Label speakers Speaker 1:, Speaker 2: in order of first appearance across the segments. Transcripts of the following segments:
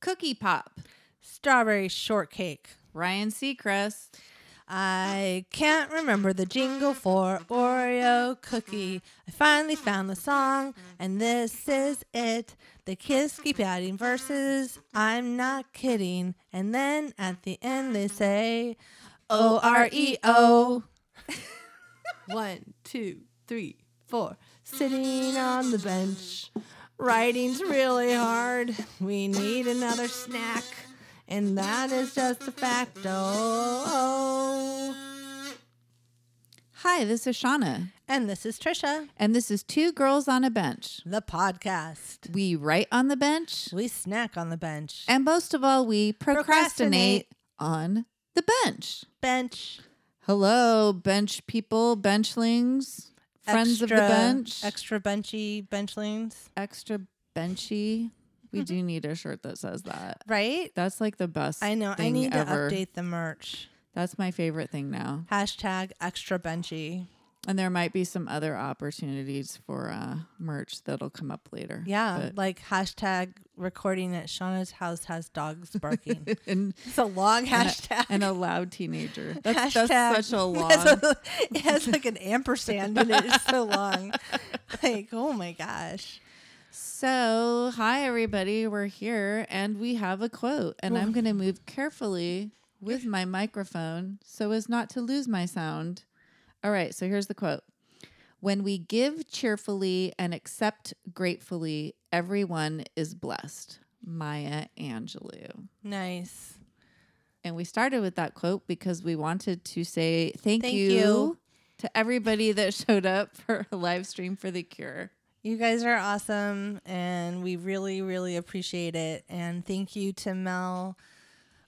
Speaker 1: Cookie Pop,
Speaker 2: Strawberry shortcake.
Speaker 1: Ryan Seacrest,
Speaker 2: I can't remember the jingle for Oreo cookie. I finally found the song, and this is it. The kids keep adding verses. I'm not kidding. And then at the end, they say O R E O.
Speaker 1: one, two, three,
Speaker 2: Four. Sitting on the bench. Writing's really hard. We need another snack. And that is just a Oh. facto.
Speaker 1: Hi, this is Shauna,
Speaker 2: And this is Trisha,
Speaker 1: and this is Two Girls on a Bench.
Speaker 2: the podcast.
Speaker 1: We write on the bench,
Speaker 2: We snack on the bench.
Speaker 1: and most of all, we procrastinate,
Speaker 2: Procrastinate.
Speaker 1: on the bench.
Speaker 2: bench.
Speaker 1: Hello, bench people, benchlings, friends of the
Speaker 2: extra-
Speaker 1: bench,
Speaker 2: Extra benchy benchlings.
Speaker 1: extra benchy. We do need a shirt that says that.
Speaker 2: Right?
Speaker 1: That's like the best.
Speaker 2: I know. I
Speaker 1: thing
Speaker 2: need
Speaker 1: ever.
Speaker 2: to update the merch.
Speaker 1: That's my favorite thing now.
Speaker 2: Hashtag extra benchy.
Speaker 1: And there might be some other opportunities for uh, merch that'll come up later.
Speaker 2: Yeah.
Speaker 1: But-
Speaker 2: like hashtag recording at Shauna's house has dogs barking.
Speaker 1: and,
Speaker 2: it's a long hashtag.
Speaker 1: and a loud teenager. That's,
Speaker 2: Hashtag.
Speaker 1: that's such a long.
Speaker 2: It has, a- it has like an ampersand in it. It's so long. like, oh my gosh.
Speaker 1: So, hi everybody, we're here and we have a quote, and I'm going to move carefully with my microphone so as not to lose my sound. All right, so here's the quote When we give cheerfully and accept gratefully, everyone is blessed. Maya Angelou.
Speaker 2: Nice.
Speaker 1: And we started with that quote because we wanted to say thank,
Speaker 2: Thank
Speaker 1: you,
Speaker 2: you.
Speaker 1: to everybody that showed up for a live stream for the cure.
Speaker 2: You guys are awesome, and we really, really appreciate it. And thank you to Mel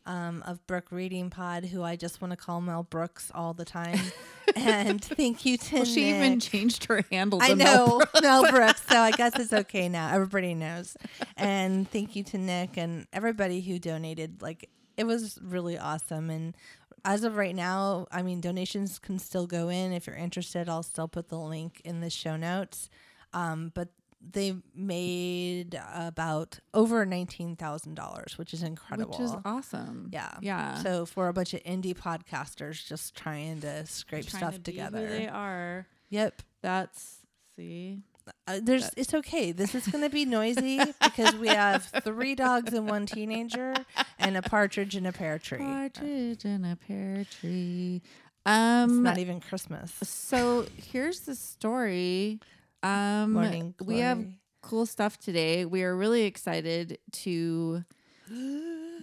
Speaker 2: um, of Brook Reading Pod, who I just want to call Mel Brooks all the time. and thank you to
Speaker 1: Well, she
Speaker 2: Nick.
Speaker 1: even changed her handle. To
Speaker 2: I
Speaker 1: Mel
Speaker 2: know Mel Brooks. so I guess it's okay now. Everybody knows. And thank you to Nick and everybody who donated. Like it was really awesome. And as of right now, I mean, donations can still go in. If you're interested, I'll still put the link in the show notes. Um, but they made about over nineteen thousand dollars, which is incredible.
Speaker 1: Which is awesome.
Speaker 2: yeah,
Speaker 1: Yeah.
Speaker 2: So for a bunch of indie podcasters just trying to scrape
Speaker 1: Trying
Speaker 2: stuff
Speaker 1: to be who
Speaker 2: together.
Speaker 1: they are.
Speaker 2: Yep.
Speaker 1: That's see.
Speaker 2: Uh, there's it's okay. This is going to be noisy because we have three dogs and one teenager and a partridge in a pear tree.
Speaker 1: Partridge in a pear tree.
Speaker 2: It's
Speaker 1: Um
Speaker 2: not even Christmas.
Speaker 1: so here's the story. Um
Speaker 2: Morning
Speaker 1: we have
Speaker 2: glory.
Speaker 1: cool stuff today. We are really excited to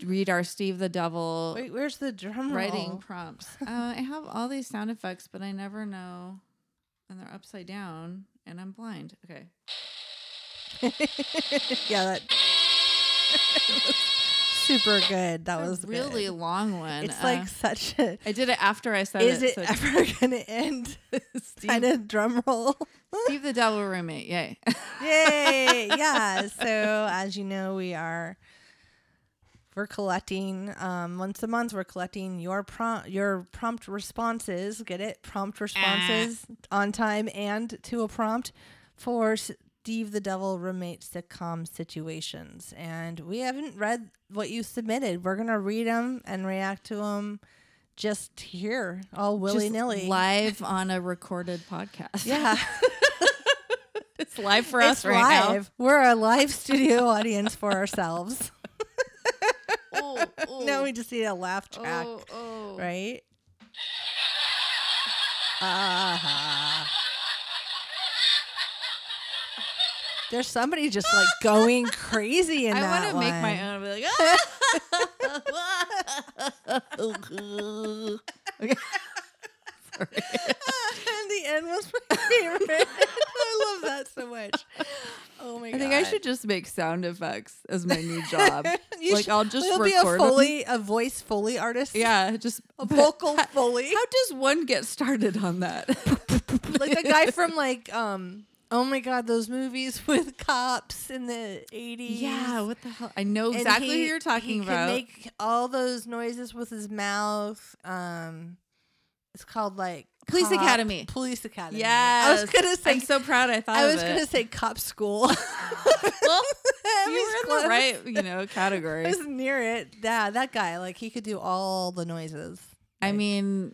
Speaker 1: read our Steve the Devil
Speaker 2: Wait, where's the drum
Speaker 1: writing
Speaker 2: roll?
Speaker 1: prompts. Uh, I have all these sound effects, but I never know, and they're upside down, and I'm blind. Okay,
Speaker 2: yeah, that super good. That
Speaker 1: It's
Speaker 2: was
Speaker 1: a really
Speaker 2: good.
Speaker 1: long one.
Speaker 2: It's
Speaker 1: Uh,
Speaker 2: like such a.
Speaker 1: I did it after I said
Speaker 2: Is it
Speaker 1: so
Speaker 2: ever going to end? kind of drum roll.
Speaker 1: Steve the Devil roommate, yay!
Speaker 2: Yay! yeah. So as you know, we are we're collecting um, once a month. We're collecting your prompt your prompt responses. Get it? Prompt responses
Speaker 1: Ah.
Speaker 2: on time and to a prompt for Steve the Devil roommate sitcom situations. And we haven't read what you submitted. We're gonna read them and react to them just here, all willy
Speaker 1: Just
Speaker 2: nilly.
Speaker 1: live on a recorded podcast.
Speaker 2: yeah.
Speaker 1: it's live for
Speaker 2: It's
Speaker 1: us right now.
Speaker 2: live. We're a live studio audience for ourselves.
Speaker 1: Oh,
Speaker 2: No, we just need a laugh track,
Speaker 1: oh, oh.
Speaker 2: right? Ah. There's somebody just like going crazy in
Speaker 1: I
Speaker 2: that
Speaker 1: want to make my
Speaker 2: one.
Speaker 1: own. Be like, ah!
Speaker 2: and
Speaker 1: Okay. Sorry.
Speaker 2: the end was my favorite. I love that so much. Oh my
Speaker 1: I
Speaker 2: god!
Speaker 1: think I should just make sound effects as my new job.
Speaker 2: You
Speaker 1: like
Speaker 2: should-
Speaker 1: I'll just
Speaker 2: You'll be
Speaker 1: record.
Speaker 2: a
Speaker 1: them.
Speaker 2: foley, a voice foley artist.
Speaker 1: Yeah, just
Speaker 2: a vocal foley.
Speaker 1: How does one get started on that?
Speaker 2: like the guy from like um oh my god those movies with cops in the 80s
Speaker 1: yeah, what the hell? I know
Speaker 2: And
Speaker 1: exactly who
Speaker 2: he-
Speaker 1: you're talking
Speaker 2: he could
Speaker 1: about.
Speaker 2: make all those noises with his mouth um it's called like
Speaker 1: Police
Speaker 2: cop-
Speaker 1: Academy.
Speaker 2: Police Academy.
Speaker 1: Yeah.
Speaker 2: I was gonna say.
Speaker 1: I'm so proud I thought
Speaker 2: I
Speaker 1: of
Speaker 2: was
Speaker 1: it.
Speaker 2: gonna say cop school.
Speaker 1: well,
Speaker 2: At
Speaker 1: you
Speaker 2: least
Speaker 1: were in
Speaker 2: close.
Speaker 1: the right, you know,
Speaker 2: I
Speaker 1: category.
Speaker 2: was near it. Yeah, that guy. Like he could do all the noises.
Speaker 1: I mean,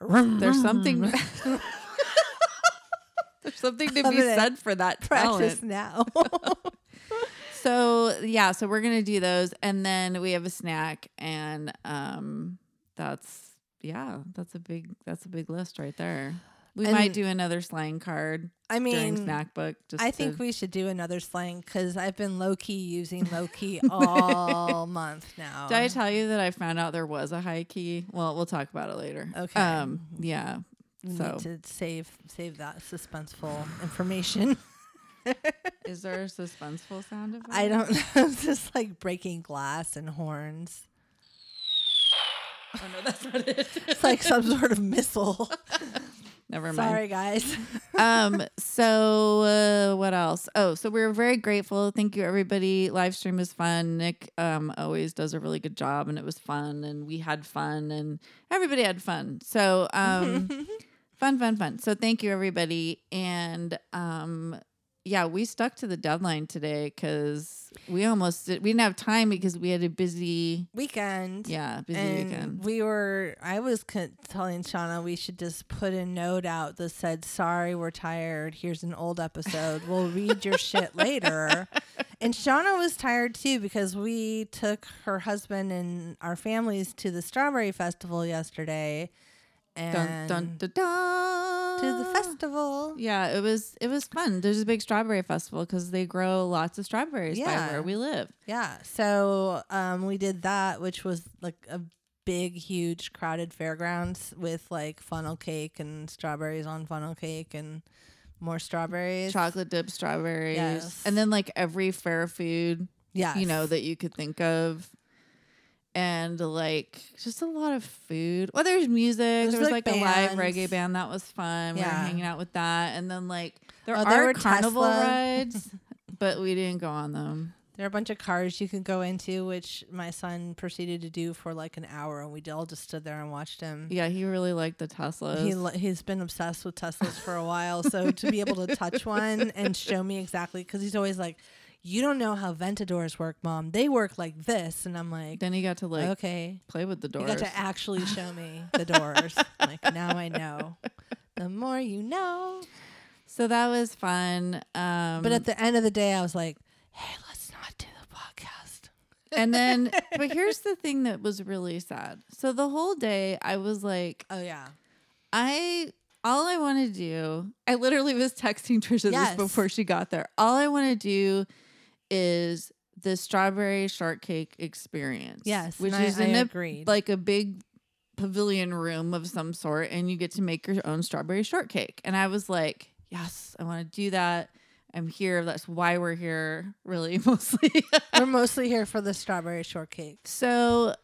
Speaker 1: there's something there's something to
Speaker 2: I'm
Speaker 1: be
Speaker 2: gonna
Speaker 1: said for that
Speaker 2: Practice
Speaker 1: talent.
Speaker 2: now.
Speaker 1: So yeah, so we're gonna do those, and then we have a snack, and um, that's yeah, that's a big that's a big list right there. We might
Speaker 2: And-
Speaker 1: do another slang card
Speaker 2: I
Speaker 1: during
Speaker 2: mean,
Speaker 1: snack book. Just
Speaker 2: I
Speaker 1: to-
Speaker 2: think we should do another slang because I've been low key using low key all month now.
Speaker 1: Did I tell you that I found out there was a high key? Well, we'll talk about it later.
Speaker 2: Okay.
Speaker 1: Um, yeah.
Speaker 2: We
Speaker 1: so.
Speaker 2: need to save save that suspenseful information.
Speaker 1: Is there a suspenseful sound effect?
Speaker 2: I don't know. It's just like breaking glass and horns.
Speaker 1: Oh, no, that's not it.
Speaker 2: It's like some sort of missile.
Speaker 1: Never mind.
Speaker 2: Sorry, guys.
Speaker 1: um so uh, what else oh so we're very grateful thank you everybody live stream was fun nick um always does a really good job and it was fun and we had fun and everybody had fun so um fun fun fun so thank you everybody and um yeah we stuck to the deadline today because we almost did, we didn't have time because we had a busy
Speaker 2: Weekend.
Speaker 1: yeah busy
Speaker 2: And
Speaker 1: weekend
Speaker 2: we were, I was con- telling Shauna we should just put a note out that said, Sorry, we're tired. Here's an old episode. We'll read your shit later. And Shauna was tired too because we took her husband and our families to the Strawberry Festival yesterday
Speaker 1: dun,
Speaker 2: and
Speaker 1: dun, dun, dun.
Speaker 2: to the festival.
Speaker 1: Yeah, it was it was fun. There's a big strawberry festival because they grow lots of strawberries
Speaker 2: Yeah.
Speaker 1: by where we live.
Speaker 2: Yeah. So um, we did that, which was like a big, huge, crowded fairgrounds with like funnel cake and strawberries on funnel cake and more strawberries.
Speaker 1: Chocolate dipped strawberries,
Speaker 2: Yes.
Speaker 1: and then like every fair food
Speaker 2: yeah.
Speaker 1: you know that you could think of, and like just a lot of food. Well, there's music. there was
Speaker 2: like,
Speaker 1: like, a live
Speaker 2: bands.
Speaker 1: reggae band that was fun. We were
Speaker 2: Yeah.
Speaker 1: hanging out with that, and then like there
Speaker 2: Oh, there
Speaker 1: are
Speaker 2: were
Speaker 1: carnival
Speaker 2: Tesla.
Speaker 1: rides, but we didn't go on them.
Speaker 2: there are a bunch of cars you can go into, which my son proceeded to do for like an hour, and we all just stood there and watched him.
Speaker 1: Yeah, he really liked the Teslas.
Speaker 2: He, lo- he's been obsessed with Teslas for a while. So to be able to touch one and show me exactly, because he's always like, You don't know how Ventadors work, mom. They work like this. And I'm like,
Speaker 1: then he got to like
Speaker 2: Okay.
Speaker 1: play with the
Speaker 2: You
Speaker 1: doors.
Speaker 2: got to actually show me the doors. like now I know. The more you know.
Speaker 1: so that was fun. Um,
Speaker 2: But at the end of the day, I was like, "Hey, let's not do the podcast."
Speaker 1: And then, but here's the thing that was really sad. So the whole day, I was like,
Speaker 2: Oh yeah,
Speaker 1: I all I want to do. I literally was texting Trisha
Speaker 2: Yes.
Speaker 1: this before she got there. All I want to do is the strawberry shortcake experience.
Speaker 2: Yes,
Speaker 1: which
Speaker 2: and I-
Speaker 1: is
Speaker 2: I
Speaker 1: in a
Speaker 2: agreed.
Speaker 1: like a big pavilion room of some sort, and you get to make your own strawberry shortcake. And I was like, yes, I want to do that. I'm here. That's why we're here, really, mostly.
Speaker 2: we're mostly here for the strawberry shortcake.
Speaker 1: So,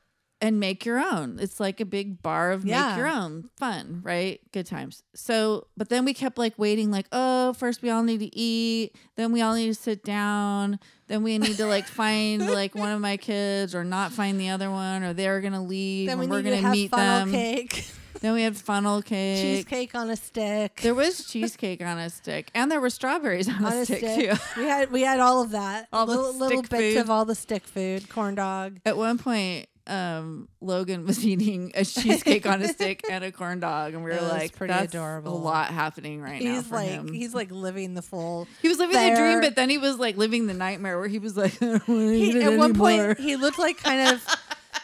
Speaker 1: and make your own. It's like a big bar of
Speaker 2: Yeah.
Speaker 1: make your own fun, right? Good times. So, but then we kept like waiting, like, oh, first we all need to eat, then we all need to sit down, then we need to like find like one of my kids or not find the other one, or they're gonna leave,
Speaker 2: Then
Speaker 1: and
Speaker 2: we
Speaker 1: we're
Speaker 2: need
Speaker 1: gonna
Speaker 2: to have
Speaker 1: meet
Speaker 2: funnel
Speaker 1: them.
Speaker 2: cake,
Speaker 1: Then we had funnel cake.
Speaker 2: cheesecake on a stick.
Speaker 1: There was cheesecake on a stick, and there were strawberries on,
Speaker 2: on
Speaker 1: a stick, too.
Speaker 2: we had we had all of that.
Speaker 1: All the
Speaker 2: little little
Speaker 1: stick
Speaker 2: bits
Speaker 1: food.
Speaker 2: of all the stick food, corn dog.
Speaker 1: At one point, um, Logan was eating a cheesecake on a stick and a corn dog, and we were
Speaker 2: That was
Speaker 1: like,
Speaker 2: pretty
Speaker 1: "That's
Speaker 2: adorable.
Speaker 1: a lot happening right now."
Speaker 2: He's
Speaker 1: for
Speaker 2: like
Speaker 1: him.
Speaker 2: he's like living the full
Speaker 1: he was living the dream,
Speaker 2: there.
Speaker 1: but then he was like living the nightmare where he was like, "I don't want to eat
Speaker 2: he,
Speaker 1: it
Speaker 2: at one
Speaker 1: anymore."
Speaker 2: point he looked like kind of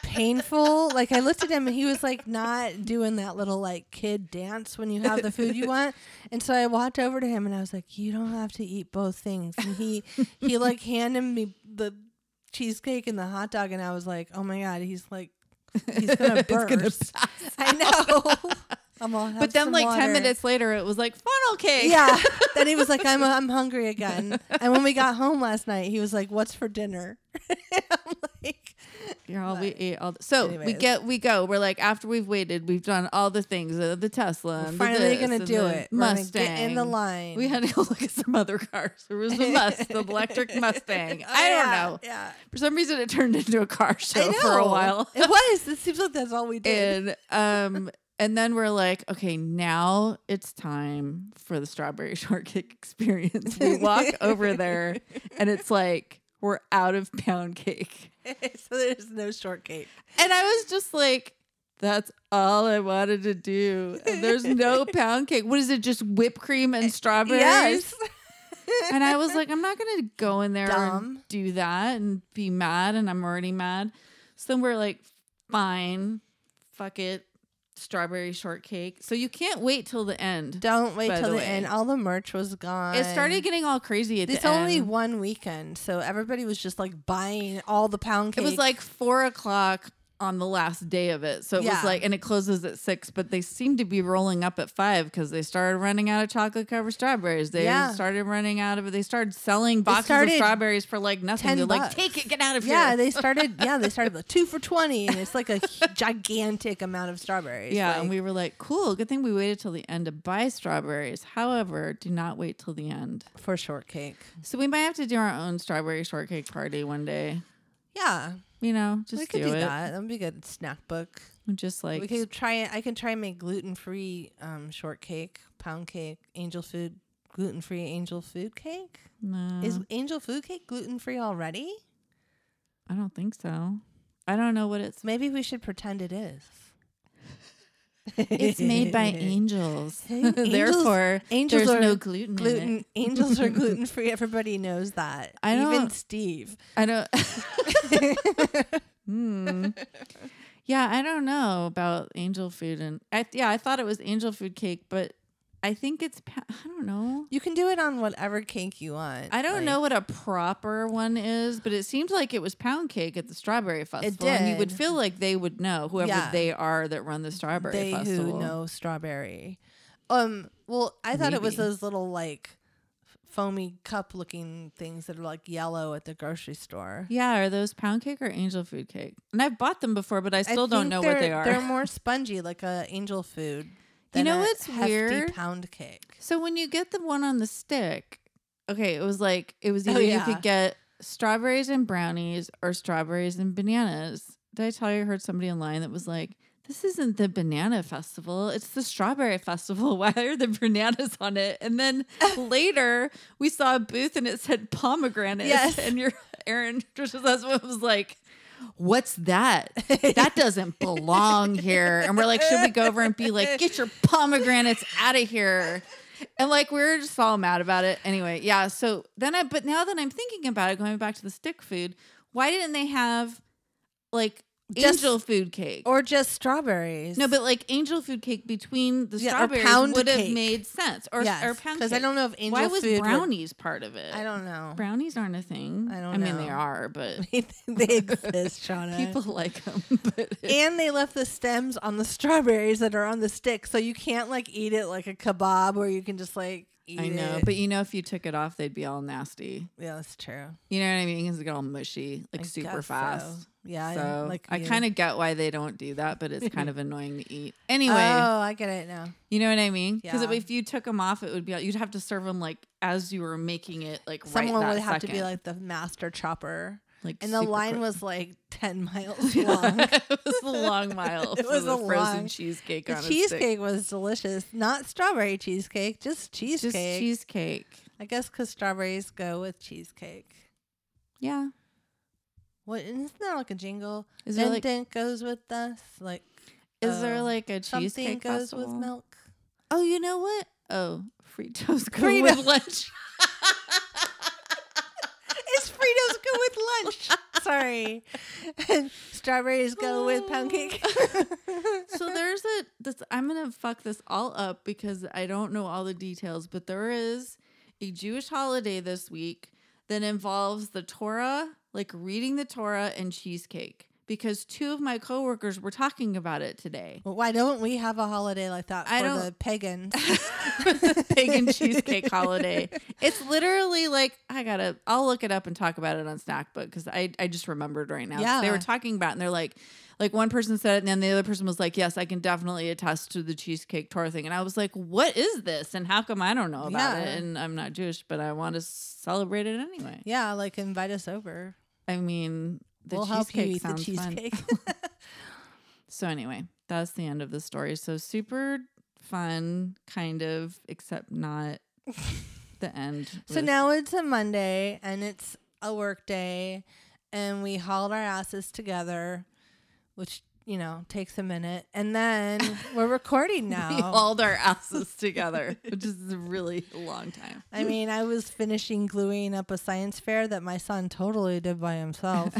Speaker 2: painful like i looked at him and he was like not doing that little like kid dance when you have the food you want and so i walked over to him and i was like you don't have to eat both things and he he like handed me the cheesecake and the hot dog and i was like oh my god he's like he's gonna
Speaker 1: It's gonna
Speaker 2: burst i know i'm all "Have
Speaker 1: But then,
Speaker 2: some
Speaker 1: like ten
Speaker 2: water."
Speaker 1: minutes later, it was like funnel cake.
Speaker 2: yeah then he was like i'm i'm hungry again and when we got home last night he was like what's for dinner i'm like
Speaker 1: You're all we ate all. th- so we
Speaker 2: anyways.
Speaker 1: get we go. We're like after we've waited, we've done all the things, uh, the Tesla, and the
Speaker 2: finally
Speaker 1: this
Speaker 2: gonna
Speaker 1: and
Speaker 2: do
Speaker 1: the
Speaker 2: it. We're gonna
Speaker 1: Mustang
Speaker 2: get in the line.
Speaker 1: We had to go look at some other cars. There was the Must, the electric Mustang. I don't
Speaker 2: Yeah,
Speaker 1: know.
Speaker 2: Yeah,
Speaker 1: For some reason, it turned into a car
Speaker 2: I
Speaker 1: show for a
Speaker 2: know.
Speaker 1: while.
Speaker 2: It was. It seems like that's all we did.
Speaker 1: and um, And then we're like, okay, now it's time for the strawberry shortcake experience. We walk over there and it's like, we're out of pound cake.
Speaker 2: so there's no shortcake.
Speaker 1: And I was just like, that's all I wanted to do. And there's no pound cake. What is it? Just whipped cream and strawberries?
Speaker 2: Yes.
Speaker 1: And I was like, I'm not going to go in there
Speaker 2: Dumb.
Speaker 1: and do that and be mad. And I'm already mad. So we're like, fine, fuck it. Strawberry shortcake. So you can't wait till the end.
Speaker 2: Don't wait
Speaker 1: By
Speaker 2: till
Speaker 1: the
Speaker 2: the,
Speaker 1: way.
Speaker 2: end. All the merch was gone.
Speaker 1: It started getting all crazy at
Speaker 2: It's
Speaker 1: the end.
Speaker 2: only one weekend, so everybody was just like buying all the pound
Speaker 1: It
Speaker 2: cake.
Speaker 1: was like four o'clock on the last day of it. So it
Speaker 2: Yeah.
Speaker 1: was like, and it closes at six, but they seemed to be rolling up at five because they started running out of chocolate covered strawberries. They
Speaker 2: Yeah.
Speaker 1: started running out of They started selling boxes
Speaker 2: started
Speaker 1: of strawberries for like nothing.
Speaker 2: 10
Speaker 1: They're
Speaker 2: bucks.
Speaker 1: like, take it, get out of
Speaker 2: yeah,
Speaker 1: here.
Speaker 2: they started. Yeah, they started with two for twenty, and it's like a hu- gigantic amount of strawberries.
Speaker 1: yeah.
Speaker 2: like,
Speaker 1: and we were like, cool. Good thing we waited till the end to buy strawberries. However, do not wait till the end.
Speaker 2: for shortcake.
Speaker 1: So we might have to do our own strawberry shortcake party one day.
Speaker 2: Yeah,
Speaker 1: You know, just
Speaker 2: we could
Speaker 1: do,
Speaker 2: do
Speaker 1: it.
Speaker 2: that. That would be a good snack book.
Speaker 1: Just like
Speaker 2: we could try it. I can try and make gluten free um, shortcake, pound cake, angel food, gluten free angel food cake.
Speaker 1: no.
Speaker 2: Is angel food cake gluten free already?
Speaker 1: I don't think so. I don't know what it's.
Speaker 2: Maybe we should pretend it is.
Speaker 1: It's made by angels.
Speaker 2: Hey, angels-
Speaker 1: Therefore,
Speaker 2: angels
Speaker 1: there's
Speaker 2: are
Speaker 1: no gluten. In it.
Speaker 2: Gluten angels are gluten free. Everybody knows that.
Speaker 1: I
Speaker 2: Even
Speaker 1: don't-
Speaker 2: Steve.
Speaker 1: I don't. Hmm. Yeah, I don't know about angel food, and I, yeah, I thought it was angel food cake, but I think it's. pa- I don't know.
Speaker 2: You can do it on whatever cake you want.
Speaker 1: I don't
Speaker 2: Like,
Speaker 1: know what a proper one is, but it seemed like it was pound cake at the strawberry festival. And you would
Speaker 2: did.
Speaker 1: feel like they would know whoever
Speaker 2: Yeah.
Speaker 1: they are that run the strawberry
Speaker 2: They
Speaker 1: festival.
Speaker 2: who know strawberry. Um. Well, I thought it was
Speaker 1: Maybe.
Speaker 2: those little like foamy cup looking things that are like yellow at the grocery store.
Speaker 1: Yeah, are those pound cake or angel food cake? And I've bought them before, but I still don't
Speaker 2: think
Speaker 1: know what they
Speaker 2: they're- They're
Speaker 1: are.
Speaker 2: more spongy, like a angel food. than
Speaker 1: You know
Speaker 2: a
Speaker 1: what's
Speaker 2: hefty
Speaker 1: weird?
Speaker 2: Pound cake.
Speaker 1: So when you get the one on the stick, okay, it was like it was
Speaker 2: Oh,
Speaker 1: either
Speaker 2: yeah.
Speaker 1: you could get strawberries and brownies or strawberries and bananas. Did I tell you I heard somebody online that was like, this isn't the banana festival, it's the strawberry festival. Why are the bananas on it? And then later we saw a booth and it said pomegranates.
Speaker 2: Yes.
Speaker 1: And your Aaron Trish's husband was like, What's that? That doesn't belong here. And we're like, should we go over and be like, get your pomegranates out of here? And like, we were just all mad about it. Anyway, yeah. So then I, but now that I'm thinking about it, going back to the stick food, why didn't they have like
Speaker 2: Just-
Speaker 1: angel food cake?
Speaker 2: Or just strawberries.
Speaker 1: no, but like angel food cake between the
Speaker 2: Yeah, or
Speaker 1: strawberries
Speaker 2: pound
Speaker 1: would have
Speaker 2: cake.
Speaker 1: made sense. Or,
Speaker 2: Yes,
Speaker 1: or pound cake.
Speaker 2: I don't know if angel
Speaker 1: why was
Speaker 2: food. would-
Speaker 1: brownies part of it?
Speaker 2: I don't know.
Speaker 1: Brownies aren't a thing.
Speaker 2: I don't
Speaker 1: I mean, they
Speaker 2: know.
Speaker 1: are, but
Speaker 2: they exist, Shauna.
Speaker 1: people like them. But
Speaker 2: and they left the stems on the strawberries that are on the stick, so you can't like eat it like a kebab, or you can just like eat
Speaker 1: I know,
Speaker 2: it.
Speaker 1: but you know, if you took it off, they'd be all nasty.
Speaker 2: yeah, that's true.
Speaker 1: You know what I mean? Because it got all mushy, like
Speaker 2: I
Speaker 1: super
Speaker 2: guess so.
Speaker 1: fast.
Speaker 2: Yeah, I-
Speaker 1: so
Speaker 2: like
Speaker 1: I
Speaker 2: you.
Speaker 1: kind of get why they don't do that, but it's kind of annoying to eat. Anyway,
Speaker 2: Oh, I get it now.
Speaker 1: you know what I mean? Because
Speaker 2: Yeah.
Speaker 1: if you took them off, it would be you'd have to serve them like as you were making it, like
Speaker 2: Someone
Speaker 1: right that
Speaker 2: would have to be
Speaker 1: second.
Speaker 2: like the master chopper,
Speaker 1: like
Speaker 2: and the
Speaker 1: super
Speaker 2: line
Speaker 1: quick.
Speaker 2: was like ten miles long.
Speaker 1: it was a long mile.
Speaker 2: It
Speaker 1: for
Speaker 2: was
Speaker 1: the
Speaker 2: a
Speaker 1: frozen
Speaker 2: long-
Speaker 1: cheesecake.
Speaker 2: the
Speaker 1: on a stick.
Speaker 2: cheesecake was delicious, not strawberry cheesecake, just cheesecake.
Speaker 1: just cheesecake.
Speaker 2: I guess because strawberries go with cheesecake.
Speaker 1: Yeah,
Speaker 2: What isn't that like a jingle? Is
Speaker 1: Is there,
Speaker 2: there
Speaker 1: like-
Speaker 2: goes with us? Like
Speaker 1: is there
Speaker 2: Oh.
Speaker 1: like a
Speaker 2: something
Speaker 1: cheesecake
Speaker 2: goes
Speaker 1: festival?
Speaker 2: with milk.
Speaker 1: Oh, you know what? Oh, Fritos go
Speaker 2: Fritos.
Speaker 1: with lunch.
Speaker 2: It's Fritos go with lunch. Sorry, and strawberries go with pound cake.
Speaker 1: so there's a this I'm gonna fuck this all up because I don't know all the details, but there is a Jewish holiday this week that involves the Torah, like reading the Torah and cheesecake. Because two of my coworkers were talking about it today.
Speaker 2: well, why don't we have a holiday like that for
Speaker 1: I don't-
Speaker 2: the pagans?
Speaker 1: Pagan cheesecake holiday. It's literally like I gotta. I'll look it up and talk about it on Snack Book because I I just remembered right now.
Speaker 2: Yeah.
Speaker 1: they were talking about it and they're like, like one person said it and then the other person was like, yes, I can definitely attest to the cheesecake tour thing. And I was like, what is this and how come I don't know about
Speaker 2: Yeah.
Speaker 1: it? And I'm not Jewish, but I want to celebrate it anyway.
Speaker 2: yeah, like invite us over.
Speaker 1: I mean, the
Speaker 2: we'll help you
Speaker 1: cheesecake
Speaker 2: eat the
Speaker 1: sounds fun.
Speaker 2: cheesecake.
Speaker 1: So anyway, that's the end of the story. So super fun, kind of, except not the end.
Speaker 2: So now it's a Monday and it's a work day and we hauled our asses together, which, you know, takes a minute. And then we're recording now.
Speaker 1: we hauled our asses together, which is a really long time.
Speaker 2: I mean, I was finishing gluing up a science fair that my son totally did by himself.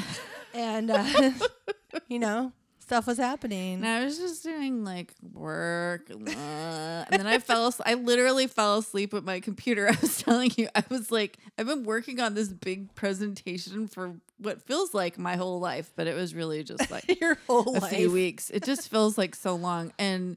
Speaker 2: and, uh, you know, stuff was happening.
Speaker 1: And I was just doing like work, uh, and then I fell. as- I literally fell asleep at my computer. I was telling you, I was like, I've been working on this big presentation for what feels like my whole life, but it was really just like
Speaker 2: Your whole
Speaker 1: a few
Speaker 2: life.
Speaker 1: weeks. It just feels like so long, and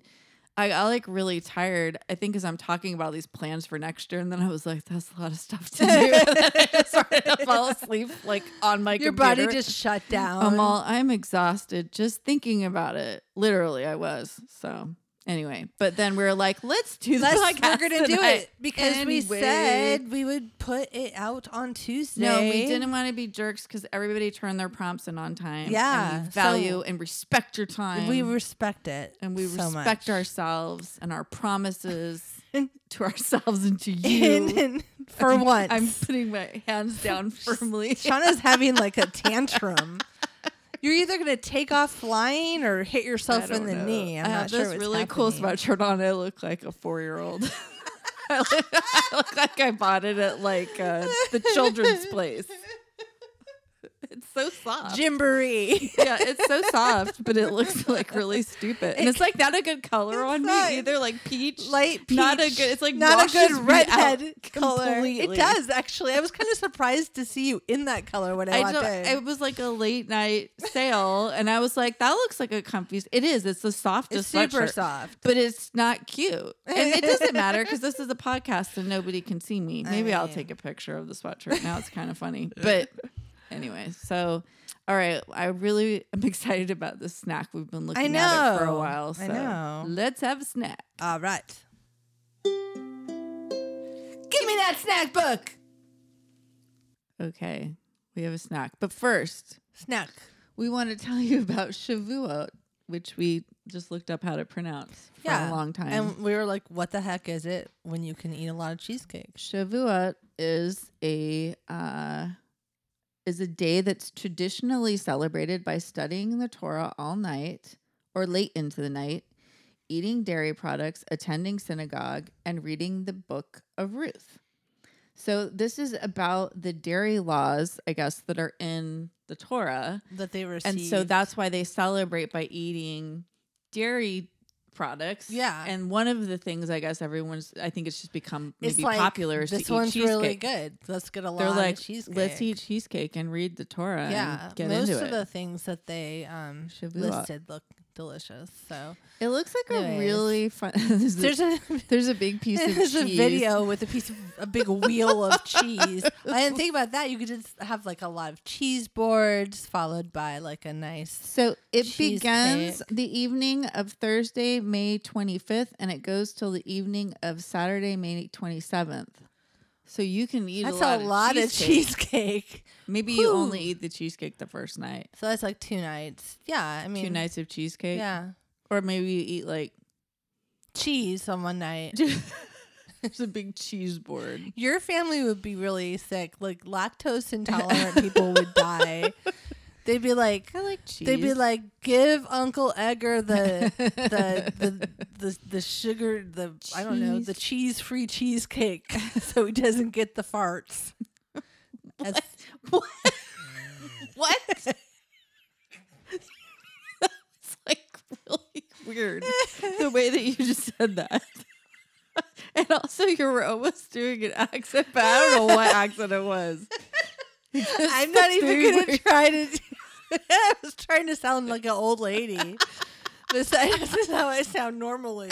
Speaker 1: I got like really tired. I think as I'm talking about these plans for next year, and then I was like, that's a lot of stuff to do. and then I just started to fall asleep like on my
Speaker 2: Your
Speaker 1: computer.
Speaker 2: body just shut down.
Speaker 1: I'm all I'm exhausted just thinking about it. Literally, I was. So anyway, but then we were like, let's do the
Speaker 2: Let's,
Speaker 1: podcast.
Speaker 2: we're gonna do
Speaker 1: tonight.
Speaker 2: it because we
Speaker 1: Anyway.
Speaker 2: said we would put it out on Tuesday.
Speaker 1: No, we didn't want to be jerks because everybody turned their prompts in on time. and we
Speaker 2: Yeah, so-
Speaker 1: value and respect your time.
Speaker 2: We respect it,
Speaker 1: and we
Speaker 2: so much.
Speaker 1: respect ourselves and our promises to ourselves and to you.
Speaker 2: And, and for once,
Speaker 1: I'm putting my hands down firmly.
Speaker 2: Shauna's having like a tantrum. You're either gonna take off flying or hit yourself
Speaker 1: I
Speaker 2: in the
Speaker 1: don't know.
Speaker 2: knee. I'm
Speaker 1: I
Speaker 2: not
Speaker 1: have
Speaker 2: sure
Speaker 1: this
Speaker 2: what's
Speaker 1: really cool
Speaker 2: happening.
Speaker 1: sweatshirt on. I look like a four year old. I look I look like I bought it at like uh, the children's place. It's so soft.
Speaker 2: Gymboree.
Speaker 1: yeah, it's so soft, but it looks like really stupid. And it's like not a good color on
Speaker 2: not.
Speaker 1: me either. Like peach,
Speaker 2: Light peach.
Speaker 1: Not a good. It's like
Speaker 2: not a
Speaker 1: washes
Speaker 2: good
Speaker 1: me out
Speaker 2: redhead color. It
Speaker 1: completely.
Speaker 2: does actually. I was kind of surprised to see you in that color when I,
Speaker 1: I
Speaker 2: walked
Speaker 1: don't,
Speaker 2: in.
Speaker 1: it was like a late night sale, and I was like, "That looks like a comfy." s- It is. It's the softest.
Speaker 2: it's super
Speaker 1: sweatshirt.
Speaker 2: soft.
Speaker 1: but it's not cute. And it doesn't matter because this is a podcast and nobody can see me. Maybe I will
Speaker 2: mean-
Speaker 1: take a picture of the sweatshirt. Now it's kind of funny. But anyway, so all right, I really am excited about this snack. We've been looking at it for a
Speaker 2: know.
Speaker 1: while. So
Speaker 2: I know.
Speaker 1: let's have a snack.
Speaker 2: All right.
Speaker 1: Give me that snack book. Okay, we have a snack. But first,
Speaker 2: Snack.
Speaker 1: we want to tell you about Shavuot, which we just looked up how to pronounce for a long time.
Speaker 2: And we were like, what the heck is it when you can eat a lot of cheesecake?
Speaker 1: Shavuot is a uh, is a day that's traditionally celebrated by studying the Torah all night or late into the night, eating dairy products, attending synagogue, and reading the book of Ruth. So this is about the dairy laws, I guess, that are in the Torah.
Speaker 2: That they received.
Speaker 1: And so that's why they celebrate by eating dairy products.
Speaker 2: Yeah.
Speaker 1: And one of the things I guess everyone's I think it's just become
Speaker 2: It's
Speaker 1: maybe
Speaker 2: like,
Speaker 1: popular is to
Speaker 2: This
Speaker 1: eat
Speaker 2: one's
Speaker 1: cheesecake.
Speaker 2: really good. Let's get a lot
Speaker 1: They're like,
Speaker 2: of cheesecake.
Speaker 1: let's eat cheesecake and read the Torah
Speaker 2: Yeah,
Speaker 1: and get
Speaker 2: most
Speaker 1: into
Speaker 2: of
Speaker 1: it.
Speaker 2: the things that they um,
Speaker 1: Shavuot.
Speaker 2: listed look delicious. So
Speaker 1: it looks like
Speaker 2: Anyways.
Speaker 1: a really fun. there's,
Speaker 2: there's
Speaker 1: a,
Speaker 2: a
Speaker 1: there's a big piece of
Speaker 2: there's
Speaker 1: cheese.
Speaker 2: a video with a piece of a big wheel of cheese. I didn't think about that. You could just have like a lot of cheese boards followed by like a nice
Speaker 1: So it
Speaker 2: Cheesecake.
Speaker 1: begins the evening of Thursday, May 25th, and it goes till the evening of Saturday, May 27th. So you can eat
Speaker 2: That's
Speaker 1: a lot,
Speaker 2: of,
Speaker 1: cheesecake.
Speaker 2: cheesecake.
Speaker 1: Maybe you
Speaker 2: Whew.
Speaker 1: only eat the cheesecake the first night.
Speaker 2: So that's like two nights. Yeah, I mean
Speaker 1: Two nights of cheesecake.
Speaker 2: Yeah.
Speaker 1: Or maybe you eat like
Speaker 2: Cheese on one night.
Speaker 1: there's a big cheese board.
Speaker 2: Your family would be really sick. Like lactose intolerant people would die. They'd be like
Speaker 1: I like cheese.
Speaker 2: they'd be like, give Uncle Edgar the the the the, the sugar the I don't know, the cheese free cheesecake so he doesn't get the farts. That's-
Speaker 1: what? what? That's like really weird the way that you just said that. And also, you were almost doing an accent, but I don't know what accent it was.
Speaker 2: I'm not even
Speaker 1: very
Speaker 2: gonna
Speaker 1: weird.
Speaker 2: try to. Do- I was trying to sound like an old lady. This, this is how I sound normally.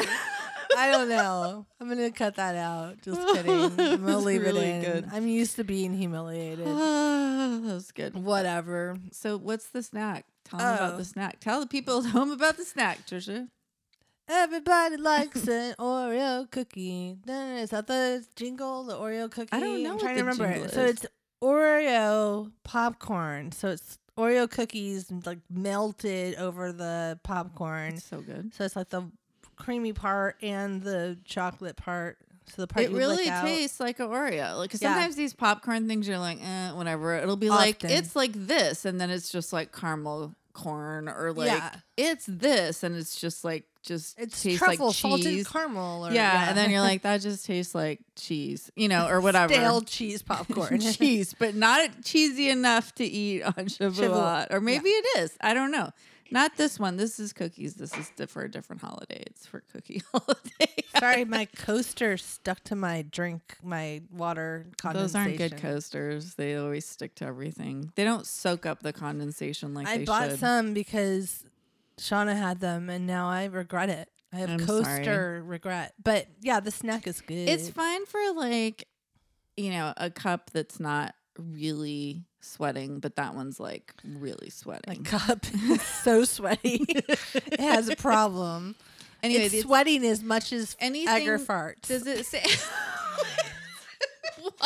Speaker 2: I don't know. I'm gonna cut that out. Just kidding. I'm gonna
Speaker 1: It's
Speaker 2: leave
Speaker 1: really
Speaker 2: it in.
Speaker 1: good.
Speaker 2: I'm used to being humiliated.
Speaker 1: Ah, that was good.
Speaker 2: Whatever.
Speaker 1: So what's the snack? Tell them
Speaker 2: Oh.
Speaker 1: about the snack. Tell the people at home about the snack, Trisha.
Speaker 2: Everybody likes an Oreo cookie. Then is that the jingle? The Oreo cookie?
Speaker 1: don't know
Speaker 2: I'm
Speaker 1: what
Speaker 2: trying to
Speaker 1: the
Speaker 2: remember it.
Speaker 1: jingle
Speaker 2: So
Speaker 1: is.
Speaker 2: it's Oreo popcorn. So it's Oreo cookies like melted over the popcorn.
Speaker 1: It's so good.
Speaker 2: So it's like the creamy part and the chocolate part. So the part
Speaker 1: it
Speaker 2: you
Speaker 1: really
Speaker 2: lick out.
Speaker 1: tastes like an Oreo. Like 'cause
Speaker 2: Yeah.
Speaker 1: sometimes these popcorn things, you're like, eh, whatever. It'll be like
Speaker 2: Often.
Speaker 1: it's like this, and then it's just like caramel corn, or like
Speaker 2: Yeah.
Speaker 1: it's this, and it's just like just
Speaker 2: It's
Speaker 1: tastes
Speaker 2: truffle
Speaker 1: like
Speaker 2: salted
Speaker 1: cheese.
Speaker 2: caramel. Or,
Speaker 1: yeah, and then you're like, that just tastes like cheese, you know, or whatever.
Speaker 2: stale cheese popcorn.
Speaker 1: cheese, but not cheesy enough to eat on Shavuot,
Speaker 2: Shavuot,
Speaker 1: or maybe it is. I don't know. Not this one. This is cookies. This is di- for a different holiday. It's for cookie holiday.
Speaker 2: Sorry, my coaster stuck to my drink, my water
Speaker 1: Those
Speaker 2: condensation.
Speaker 1: aren't good coasters. They always stick to everything. They don't soak up the condensation like
Speaker 2: I
Speaker 1: they
Speaker 2: bought
Speaker 1: should.
Speaker 2: some because Shauna had them, and now I regret it. I have
Speaker 1: I'm sorry.
Speaker 2: coaster regret. But yeah, the snack is good.
Speaker 1: It's fine for like, you know, a cup that's not really sweating, but that one's like really
Speaker 2: my
Speaker 1: sweating.
Speaker 2: cup is so sweaty. it has a problem.
Speaker 1: anyway,
Speaker 2: it's
Speaker 1: it's-
Speaker 2: sweating as much as
Speaker 1: anything-
Speaker 2: Egger farts.
Speaker 1: does it say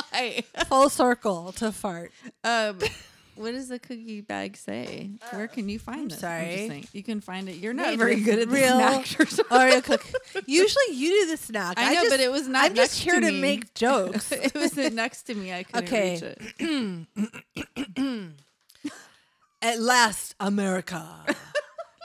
Speaker 1: why?
Speaker 2: Full circle to fart.
Speaker 1: Um, what does the cookie bag say? Where can you find this? I'm just
Speaker 2: sorry.
Speaker 1: saying, you can find it. You're
Speaker 2: Wait,
Speaker 1: not very
Speaker 2: it's
Speaker 1: good at the
Speaker 2: real
Speaker 1: snactors.
Speaker 2: Oreo cook. Usually you do the snack.
Speaker 1: I know,
Speaker 2: just-
Speaker 1: but it was not
Speaker 2: I'm just
Speaker 1: next
Speaker 2: here
Speaker 1: to
Speaker 2: to
Speaker 1: me.
Speaker 2: make jokes.
Speaker 1: it was next to me. I couldn't
Speaker 2: Okay.
Speaker 1: reach it.
Speaker 2: At last, America.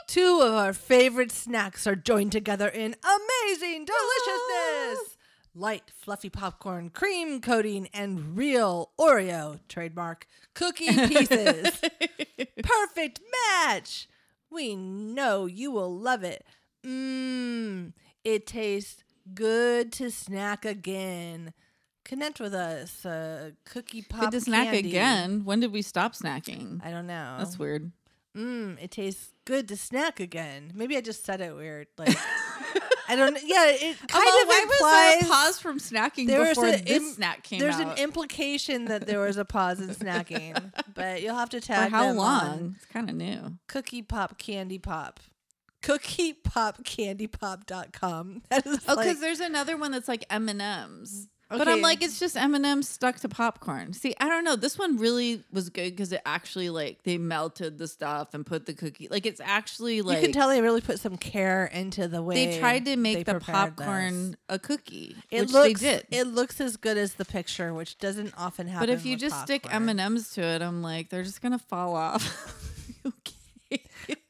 Speaker 2: Two of our favorite snacks are joined together in amazing deliciousness. Light, fluffy popcorn, cream coating, and real Oreo trademark cookie pieces. Perfect match. We know you will love it. Mmm, it tastes good to snack again. Connect with us, uh, cookie pop.
Speaker 1: Good to snack
Speaker 2: candy.
Speaker 1: again. When did we stop snacking?
Speaker 2: I don't know.
Speaker 1: That's weird.
Speaker 2: Mm, it tastes good to snack again. Maybe I just said it weird. Like I don't. Yeah, it kind
Speaker 1: Although,
Speaker 2: of
Speaker 1: why was
Speaker 2: implies
Speaker 1: there a pause from snacking
Speaker 2: there was
Speaker 1: before
Speaker 2: a
Speaker 1: this
Speaker 2: im-
Speaker 1: snack came
Speaker 2: there's an
Speaker 1: out?
Speaker 2: implication that there was a pause in snacking, but you'll have to
Speaker 1: For
Speaker 2: tag
Speaker 1: how
Speaker 2: them
Speaker 1: long?
Speaker 2: on
Speaker 1: It's kind of new.
Speaker 2: Cookie pop, candy pop, cookie pop, candy pop dot com. That is
Speaker 1: Oh, because
Speaker 2: like,
Speaker 1: there's another one that's like M and M's. But
Speaker 2: Okay.
Speaker 1: I'm like, it's just M and M's stuck to popcorn. See, I don't know. This one really was good because it actually like they melted the stuff and put the cookie. Like it's actually like
Speaker 2: you can tell they really put some care into the way
Speaker 1: they tried to make
Speaker 2: they
Speaker 1: the
Speaker 2: prepared this.
Speaker 1: popcorn a cookie,
Speaker 2: It
Speaker 1: which
Speaker 2: looks
Speaker 1: they did.
Speaker 2: it looks as good as the picture, which doesn't often happen.
Speaker 1: but if you
Speaker 2: with
Speaker 1: just stick
Speaker 2: popcorn.
Speaker 1: M and M's to it, I'm like, they're just gonna fall off. okay.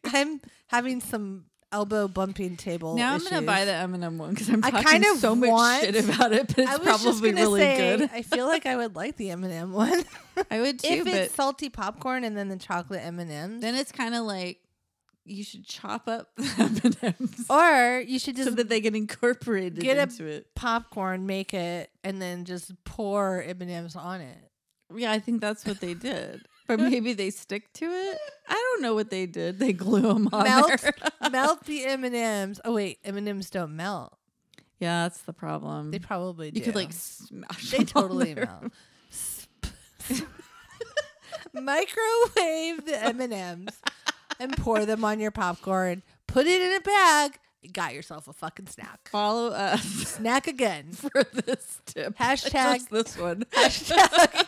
Speaker 2: I'm having some elbow bumping table.
Speaker 1: Now I'm gonna buy
Speaker 2: issues.
Speaker 1: the M and M one because I'm
Speaker 2: I
Speaker 1: talking
Speaker 2: kind of
Speaker 1: so much
Speaker 2: want-
Speaker 1: shit about it, but it's
Speaker 2: I was just
Speaker 1: probably
Speaker 2: gonna
Speaker 1: really
Speaker 2: say,
Speaker 1: good.
Speaker 2: I feel like I would like the M and M one
Speaker 1: I would too,
Speaker 2: if
Speaker 1: but
Speaker 2: it's salty popcorn and then the chocolate M and M's.
Speaker 1: then it's kind of like you should chop up the M&Ms
Speaker 2: Or you should
Speaker 1: so
Speaker 2: just
Speaker 1: that they get incorporated
Speaker 2: Get a-
Speaker 1: into it.
Speaker 2: popcorn, make it, and then just pour M and M's on it.
Speaker 1: Yeah, I think that's what they did. But maybe they stick to it. I don't know what they did. They glue them on
Speaker 2: Melt,
Speaker 1: there.
Speaker 2: melt the M and M's. Oh wait, M and M's don't melt.
Speaker 1: yeah, that's the problem.
Speaker 2: They probably do.
Speaker 1: you could like smash.
Speaker 2: they
Speaker 1: them on
Speaker 2: totally
Speaker 1: there.
Speaker 2: melt. Sp- Microwave the M and M's and pour them on your popcorn. Put it in a bag. Got yourself a fucking snack.
Speaker 1: Follow us
Speaker 2: Snack again.
Speaker 1: for this tip.
Speaker 2: Hashtag-
Speaker 1: Just this one.
Speaker 2: Hashtag,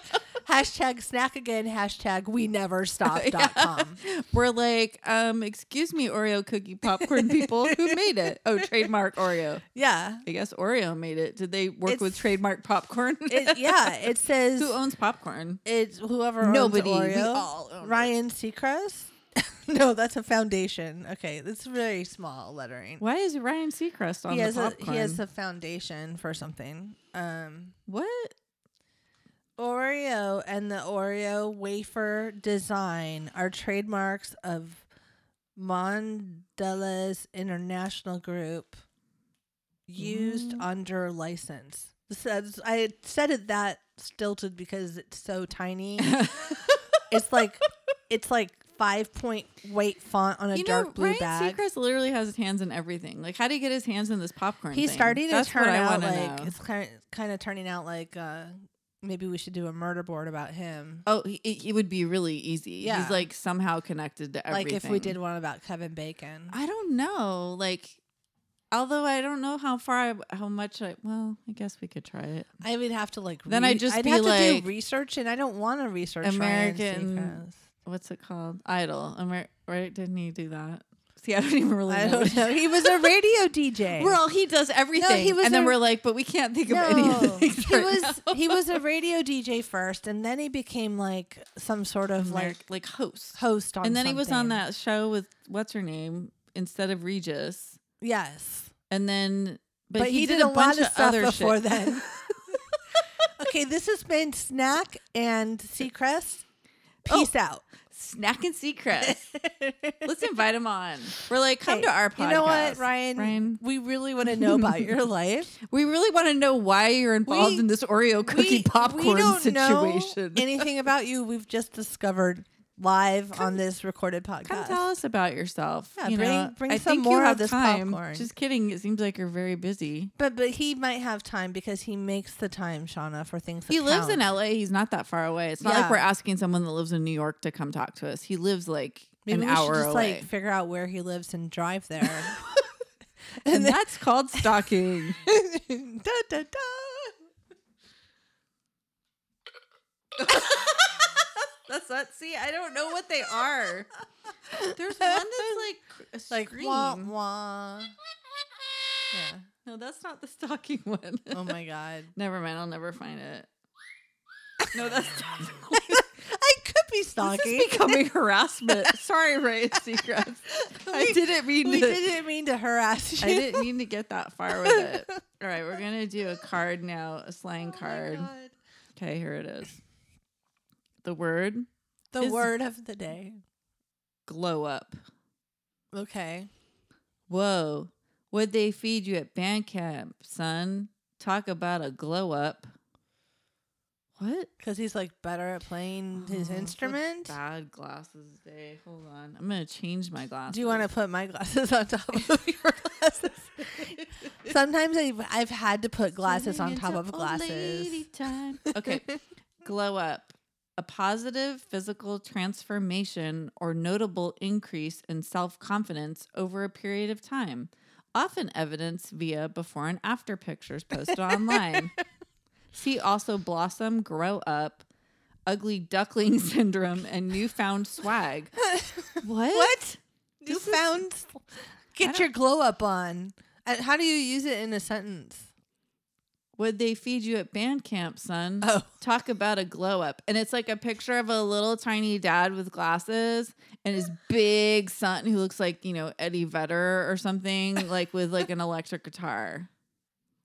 Speaker 2: hashtag snack again. Hashtag we never stop dot com.
Speaker 1: We're like, um, excuse me, Oreo cookie popcorn people, who made it? Oh, trademark Oreo.
Speaker 2: Yeah.
Speaker 1: I guess Oreo made it. Did they work with
Speaker 2: It's-
Speaker 1: trademark popcorn?
Speaker 2: It, yeah. It says
Speaker 1: Who owns popcorn?
Speaker 2: it's whoever owns
Speaker 1: Nobody. We
Speaker 2: Oreo.
Speaker 1: all own it.
Speaker 2: Ryan Seacrest. no, that's a foundation. Okay, that's very small lettering.
Speaker 1: Why is Ryan Seacrest on
Speaker 2: he
Speaker 1: the
Speaker 2: has a
Speaker 1: popcorn?
Speaker 2: he has a foundation for something. Um,
Speaker 1: what?
Speaker 2: Oreo and the Oreo wafer design are trademarks of Mondelez International Group, used
Speaker 1: Mm-hmm.
Speaker 2: under license. This is- I said it that stilted because it's so tiny. it's like it's like five point weight font on a
Speaker 1: You know,
Speaker 2: dark blue
Speaker 1: Ryan
Speaker 2: bag.
Speaker 1: Seacrest literally has his hands in everything. Like, how do you get his hands in this popcorn?
Speaker 2: He's
Speaker 1: thing?
Speaker 2: starting to
Speaker 1: That's
Speaker 2: turn
Speaker 1: what I
Speaker 2: out
Speaker 1: wanna
Speaker 2: like
Speaker 1: know.
Speaker 2: it's kind of, kind of turning out like uh, maybe we should do a murder board about him.
Speaker 1: Oh, he, it, it would be really easy.
Speaker 2: Yeah.
Speaker 1: He's like somehow connected to everything.
Speaker 2: Like if we did one about Kevin Bacon.
Speaker 1: I don't know. Like, although I don't know how far, I, how much I. Well, I guess we could try it.
Speaker 2: I would have to like.
Speaker 1: Then I'd just
Speaker 2: I'd
Speaker 1: be
Speaker 2: have to
Speaker 1: like-
Speaker 2: do research, and I don't want to research Ryan
Speaker 1: American-
Speaker 2: Seacrest.
Speaker 1: what's it called? Idol. And right, right? Didn't he do that? See, I don't even really
Speaker 2: I
Speaker 1: know.
Speaker 2: don't know. He was a radio DJ.
Speaker 1: We're all he does everything,
Speaker 2: was
Speaker 1: and then
Speaker 2: a-
Speaker 1: we're like, but we can't think of any of the
Speaker 2: no, he
Speaker 1: things right
Speaker 2: was
Speaker 1: now.
Speaker 2: he was a radio DJ first, and then he became like some sort of like
Speaker 1: like like host.
Speaker 2: host on.
Speaker 1: And then he was
Speaker 2: something.
Speaker 1: on that show with what's her name instead of Regis,
Speaker 2: Yes,
Speaker 1: and then but,
Speaker 2: but
Speaker 1: he, did, a, bunch
Speaker 2: lot of stuff
Speaker 1: other
Speaker 2: before
Speaker 1: shit.
Speaker 2: then. okay, this has been Snack and Seacrest. Peace out.
Speaker 1: Snack and Seacrest. Let's invite him on. We're like, come
Speaker 2: Hey,
Speaker 1: to our podcast.
Speaker 2: You know what, Ryan?
Speaker 1: Ryan,
Speaker 2: We really want to know about your life.
Speaker 1: we really want to know why you're involved
Speaker 2: We-
Speaker 1: in this Oreo cookie
Speaker 2: we,
Speaker 1: popcorn
Speaker 2: we don't
Speaker 1: situation.
Speaker 2: Know anything about you? We've just discovered live on this recorded podcast.
Speaker 1: Come tell us about yourself.
Speaker 2: Yeah,
Speaker 1: you
Speaker 2: bring-
Speaker 1: know,
Speaker 2: bring
Speaker 1: I
Speaker 2: some
Speaker 1: think
Speaker 2: more
Speaker 1: you
Speaker 2: of
Speaker 1: have
Speaker 2: this
Speaker 1: time.
Speaker 2: popcorn.
Speaker 1: Just kidding. It seems like you're very busy.
Speaker 2: But but he might have time because he makes the time, Shauna, for things. That
Speaker 1: He lives in
Speaker 2: count.
Speaker 1: LA. He's not that far away. It's not
Speaker 2: Yeah.
Speaker 1: like we're asking someone that lives in New York to come talk to us. He lives like
Speaker 2: Maybe
Speaker 1: an
Speaker 2: we should
Speaker 1: hour
Speaker 2: just
Speaker 1: away.
Speaker 2: like figure out where he lives and drive there.
Speaker 1: and that's called stalking.
Speaker 2: da, da, da.
Speaker 1: that's not see, I don't know what they are. There's one that's like a
Speaker 2: Like
Speaker 1: scream.
Speaker 2: wah wah. Yeah.
Speaker 1: No, that's not the stalking one.
Speaker 2: Oh my god.
Speaker 1: never mind, I'll never find it. No, that's
Speaker 2: I could be
Speaker 1: this
Speaker 2: stalking.
Speaker 1: is becoming harassment. Sorry, Ray Seacrest. I
Speaker 2: We-
Speaker 1: didn't mean
Speaker 2: we
Speaker 1: to.
Speaker 2: didn't mean to harass you.
Speaker 1: I didn't mean to get that far with it. All right, we're gonna do a card now, a slang
Speaker 2: Oh my
Speaker 1: card.
Speaker 2: God.
Speaker 1: Okay, here it is. The word
Speaker 2: The
Speaker 1: Is-
Speaker 2: word of the day.
Speaker 1: glow up.
Speaker 2: Okay.
Speaker 1: Whoa, would they feed you at band camp, son? Talk about a glow up. What?
Speaker 2: Because he's like better at playing his
Speaker 1: Oh, it's a
Speaker 2: instrument.
Speaker 1: Bad glasses day. Hold on. I'm gonna change my glasses.
Speaker 2: Do you want to put my glasses on top of your glasses? Sometimes I've, I've had to put glasses on
Speaker 1: Turning
Speaker 2: top
Speaker 1: into
Speaker 2: of
Speaker 1: old
Speaker 2: glasses.
Speaker 1: lady time. Okay. Glow up. A positive physical transformation or notable increase in self confidence over a period of time, often evidenced via before and after pictures posted online. See also blossom, grow up, ugly duckling syndrome, and newfound swag. What?
Speaker 2: What? You
Speaker 1: This is-
Speaker 2: found. Get your glow up on. Uh, How do you use it in a sentence?
Speaker 1: Would they feed you at band camp, son?
Speaker 2: Oh.
Speaker 1: Talk about a glow up. And it's like a picture of a little tiny dad with glasses and his big son who looks like, you know, Eddie Vedder or something, like with like an electric guitar.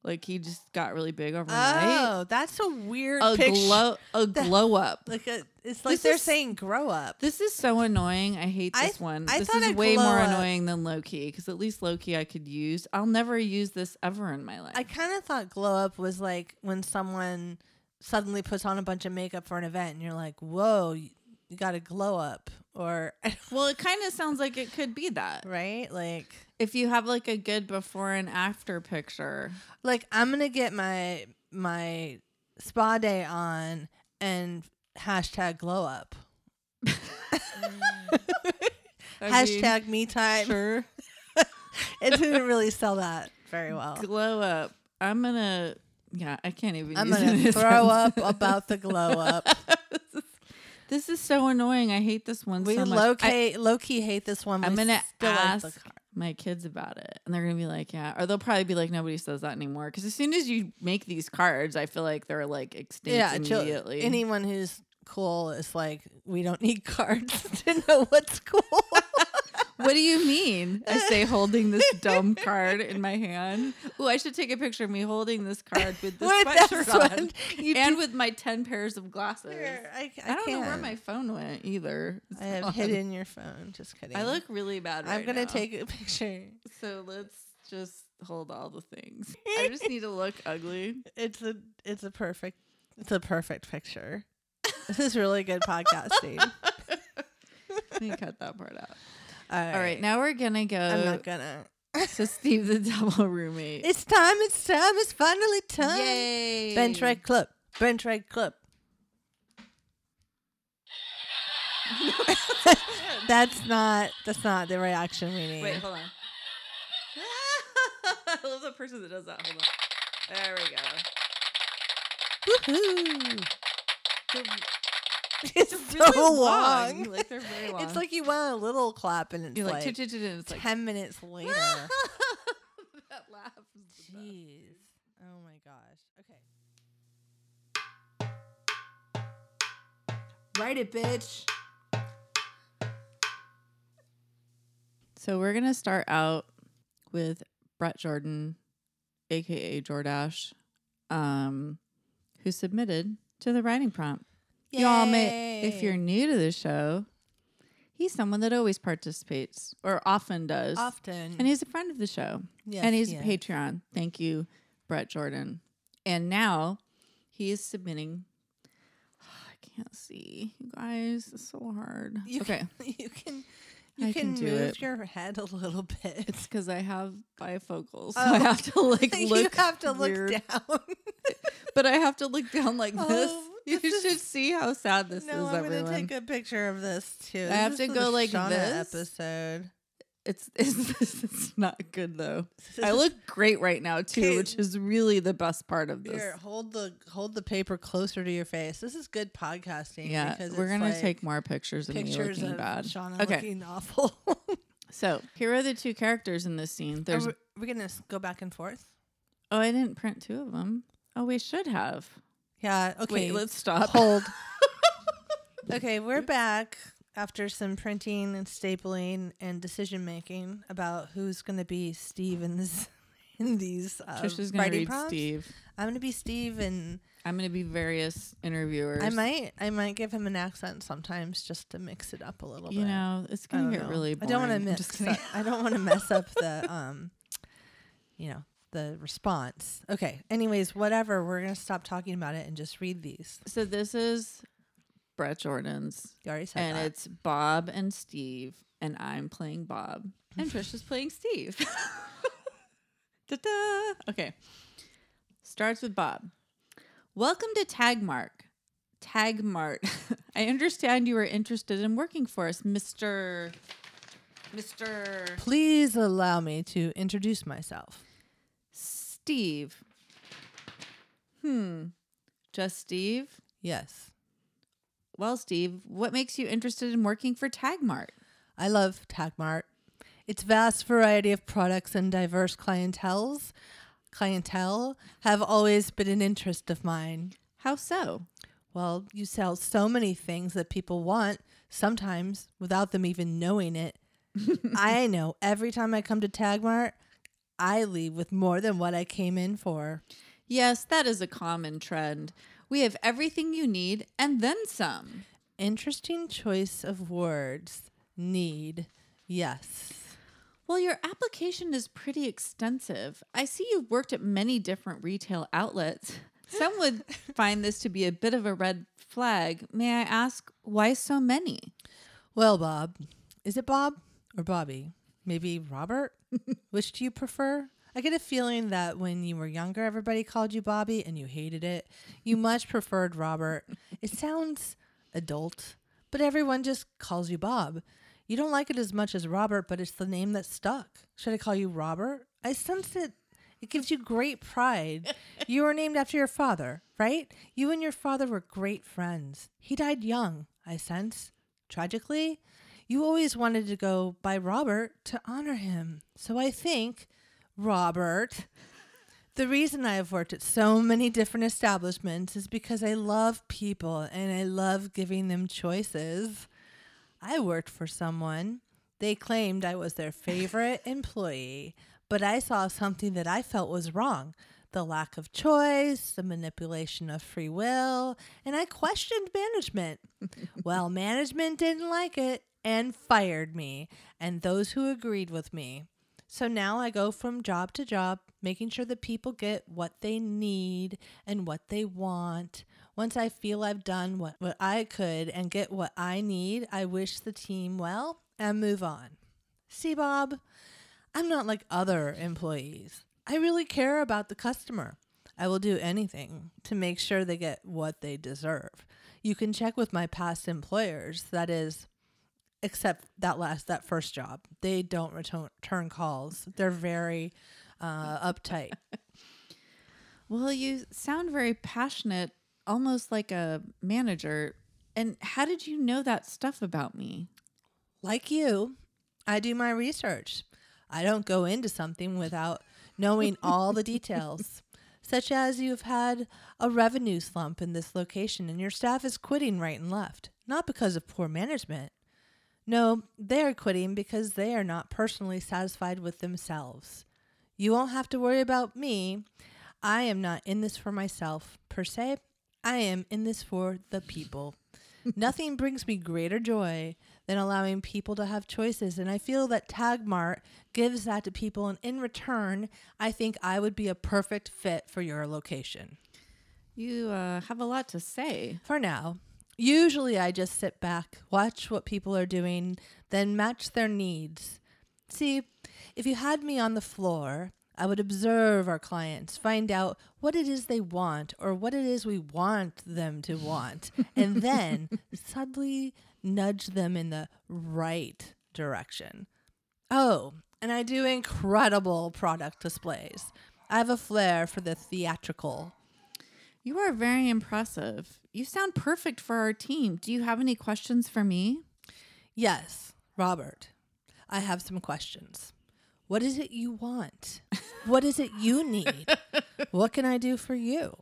Speaker 1: Like he just got really big overnight.
Speaker 2: Oh, that's a weird
Speaker 1: a
Speaker 2: picture.
Speaker 1: glow a glow up.
Speaker 2: Like a, it's like
Speaker 1: This
Speaker 2: they're
Speaker 1: is-
Speaker 2: saying grow up.
Speaker 1: this is so annoying. I hate
Speaker 2: I-
Speaker 1: this one.
Speaker 2: I
Speaker 1: this
Speaker 2: thought
Speaker 1: is
Speaker 2: a
Speaker 1: way
Speaker 2: glow
Speaker 1: more
Speaker 2: up-
Speaker 1: annoying than low key because at least low key I could use. I'll never use this ever in my life.
Speaker 2: I kind of thought glow up was like when someone suddenly puts on a bunch of makeup for an event and you're like, whoa, you, you got to glow up. Or,
Speaker 1: well, it kind of sounds like it could be that.
Speaker 2: right? Like.
Speaker 1: If you have like a good before and after picture,
Speaker 2: like I'm gonna get my my spa day on and hashtag glow up. hashtag me time.
Speaker 1: sure.
Speaker 2: It didn't really sell that very well.
Speaker 1: glow up. I'm gonna. Yeah, I can't even.
Speaker 2: I'm
Speaker 1: use it in
Speaker 2: gonna
Speaker 1: a
Speaker 2: throw up
Speaker 1: sentence.
Speaker 2: about the glow up.
Speaker 1: This is so annoying. I hate this one
Speaker 2: We
Speaker 1: so much.
Speaker 2: low
Speaker 1: I-
Speaker 2: key low key hate this one.
Speaker 1: I'm
Speaker 2: We
Speaker 1: gonna
Speaker 2: still like the
Speaker 1: ask-
Speaker 2: car-
Speaker 1: my kids about it, and they're gonna be like, "Yeah," or they'll probably be like, "Nobody says that anymore." Because as soon as you make these cards, I feel like they're like extinct
Speaker 2: yeah, chill-
Speaker 1: immediately.
Speaker 2: anyone who's cool is like, we don't need cards to know what's cool.
Speaker 1: what do you mean? I say holding this dumb card in my hand. Oh, I should take a picture of me holding this card with this
Speaker 2: With that
Speaker 1: sweatshirt on.
Speaker 2: sweat- you
Speaker 1: and with my 10 pairs of glasses.
Speaker 2: I,
Speaker 1: I, don't know where
Speaker 2: can't.
Speaker 1: my phone went either. It's
Speaker 2: I have
Speaker 1: gone.
Speaker 2: hidden your phone. Just kidding.
Speaker 1: I look really bad right
Speaker 2: I'm gonna
Speaker 1: now.
Speaker 2: take a picture.
Speaker 1: So let's just hold all the things. I just need to look ugly.
Speaker 2: It's a it's a perfect it's a perfect picture. this is really good podcasting. All
Speaker 1: Let me cut that part out.
Speaker 2: right.
Speaker 1: All right, now we're going to
Speaker 2: I'm
Speaker 1: go
Speaker 2: not gonna.
Speaker 1: to Steve the Devil Roommate.
Speaker 2: It's time. It's time. It's finally time.
Speaker 1: Yay.
Speaker 2: Bench right clip. Bench right clip. that's not that's not the reaction we need.
Speaker 1: Wait, hold on. I love the person that does that. Hold on. There we go.
Speaker 2: Woohoo.
Speaker 1: The-
Speaker 2: It's so long.
Speaker 1: Like they're very long.
Speaker 2: It's like you want a little clap and it's
Speaker 1: you're like,
Speaker 2: like,
Speaker 1: "Ch- ch- ch-" and it's like Ah!
Speaker 2: ten minutes later.
Speaker 1: that laugh. is the best.
Speaker 2: Jeez. Oh my gosh. Okay. Write it, bitch.
Speaker 1: So we're gonna start out with Brett Jordan, aka Jordash, um, who submitted to the writing prompt. Y'all may, if you're new to the show, he's someone that always participates or often does,
Speaker 2: often
Speaker 1: and he's a friend of the show,
Speaker 2: Yes,
Speaker 1: and he's
Speaker 2: Mm-hmm. yes.
Speaker 1: a Patreon. Thank you, Brett Jordan. And now he is submitting. I can't see, you guys. It's so hard.
Speaker 2: You
Speaker 1: okay,
Speaker 2: can- you can you
Speaker 1: I
Speaker 2: can,
Speaker 1: can do
Speaker 2: move
Speaker 1: it.
Speaker 2: your head a little bit.
Speaker 1: It's because I have bifocals, so
Speaker 2: Oh.
Speaker 1: I have to like
Speaker 2: you
Speaker 1: look.
Speaker 2: have to look
Speaker 1: weird.
Speaker 2: down.
Speaker 1: but I have to look down like
Speaker 2: Oh,
Speaker 1: this. You
Speaker 2: this
Speaker 1: should see how sad this
Speaker 2: no,
Speaker 1: is,
Speaker 2: I'm
Speaker 1: everyone.
Speaker 2: gonna take a picture of this too.
Speaker 1: I have
Speaker 2: This
Speaker 1: to
Speaker 2: is
Speaker 1: go
Speaker 2: the
Speaker 1: like
Speaker 2: Shauna
Speaker 1: this.
Speaker 2: episode.
Speaker 1: it's, it's it's not good though. I look great right now too,
Speaker 2: Okay.
Speaker 1: which is really the best part of this.
Speaker 2: Here, hold the hold the paper closer to your face. This is good podcasting.
Speaker 1: Yeah,
Speaker 2: because
Speaker 1: we're
Speaker 2: it's
Speaker 1: gonna
Speaker 2: like
Speaker 1: take more pictures of
Speaker 2: pictures
Speaker 1: me
Speaker 2: of
Speaker 1: looking bad.
Speaker 2: Shauna
Speaker 1: oh okay,
Speaker 2: looking awful.
Speaker 1: so here are the two characters in this scene.
Speaker 2: Are
Speaker 1: There's
Speaker 2: we, we're gonna s- go back and forth.
Speaker 1: oh, I didn't print two of them. Oh, we should have.
Speaker 2: Yeah. Okay.
Speaker 1: Wait, let's stop.
Speaker 2: hold. okay, we're back after some printing and stapling and decision making about who's gonna be Steve in this in these uh,
Speaker 1: Trisha's gonna
Speaker 2: writing
Speaker 1: read
Speaker 2: prompts.
Speaker 1: Steve.
Speaker 2: I'm gonna be Steve, and
Speaker 1: I'm gonna be various interviewers.
Speaker 2: I might I might give him an accent sometimes just to mix it up a little
Speaker 1: You
Speaker 2: bit.
Speaker 1: know, it's
Speaker 2: I
Speaker 1: gonna
Speaker 2: don't
Speaker 1: get
Speaker 2: know.
Speaker 1: really.
Speaker 2: I
Speaker 1: Boring.
Speaker 2: don't want to
Speaker 1: I'm
Speaker 2: mess.
Speaker 1: just kidding.
Speaker 2: Up, I don't want to mess up the um, you know, the response. Okay. Anyways, whatever. We're gonna stop talking about it and just read these.
Speaker 1: So this is Brett Jordan's,
Speaker 2: You already said
Speaker 1: and
Speaker 2: that.
Speaker 1: it's Bob and Steve, and I'm playing Bob, and Trish is playing Steve. Da-da. Okay. Starts with Bob. Welcome to Tagmark. Tagmart. I understand you are interested in working for us, Mr. Mr.
Speaker 2: Please allow me to introduce myself.
Speaker 1: Steve. Hmm. Just Steve?
Speaker 2: Yes.
Speaker 1: Well, Steve, what makes you interested in working for Tagmart?
Speaker 2: I love Tagmart. Its vast variety of products and diverse clientels clientele have always been an interest of mine.
Speaker 1: How so?
Speaker 2: Well, you sell so many things that people want, sometimes without them even knowing it. I know every time I come to Tagmart, I leave with more than what I came in for.
Speaker 1: Yes, that is a common trend. We have everything you need and then some.
Speaker 2: Interesting choice of words. Need. Yes.
Speaker 1: Well, your application is pretty extensive. I see you've worked at many different retail outlets. Some would find this to be a bit of a red flag. May I ask why so many?
Speaker 2: Well, Bob, is it Bob or Bobby? Maybe Robert? Which do you prefer? I get a feeling that when you were younger, everybody called you Bobby and you hated it. You much preferred Robert. It sounds adult, but everyone just calls you Bob. You don't like it as much as Robert, but it's the name that stuck. Should I call you Robert? I sense it. It gives you great pride. you were named after your father, right? You and your father were great friends. He died young, I sense. Tragically, you always wanted to go by Robert to honor him. So I think, Robert, the reason I have worked at so many different establishments is because I love people and I love giving them choices. I worked for someone. They claimed I was their favorite employee, but I saw something that I felt was wrong the lack of choice, the manipulation of free will, and I questioned management. well, management didn't like it and fired me and those who agreed with me. So now I go from job to job, making sure that people get what they need and what they want. Once I feel I've done what, what I could and get what I need, I wish the team well and move on. See, Bob, I'm not like other employees. I really care about the customer. I will do anything to make sure they get what they deserve. You can check with my past employers, that is, except that last that first job they don't return turn calls they're very uh, uptight
Speaker 1: Well, you sound very passionate, almost like a manager. And how did you know that stuff about me?
Speaker 2: Like you, I do my research. I don't go into something without knowing all the details, such as you've had a revenue slump in this location and your staff is quitting right and left, not because of poor management. No, they are quitting because they are not personally satisfied with themselves. You won't have to worry about me. I am not in this for myself, per se. I am in this for the people. Nothing brings me greater joy than allowing people to have choices, and I feel that Tagmart gives that to people, and in return, I think I would be a perfect fit for your location.
Speaker 1: You uh, have a lot to say.
Speaker 2: For now, usually I just sit back, watch what people are doing, then match their needs. See, if you had me on the floor, I would observe our clients, find out what it is they want or what it is we want them to want, and then subtly nudge them in the right direction. Oh, and I do incredible product displays. I have a flair for the theatrical.
Speaker 1: You are very impressive. You sound perfect for our team. Do you have any questions for me?
Speaker 2: Yes, Robert, I have some questions. What is it you want? What is it you need? What can I do for you?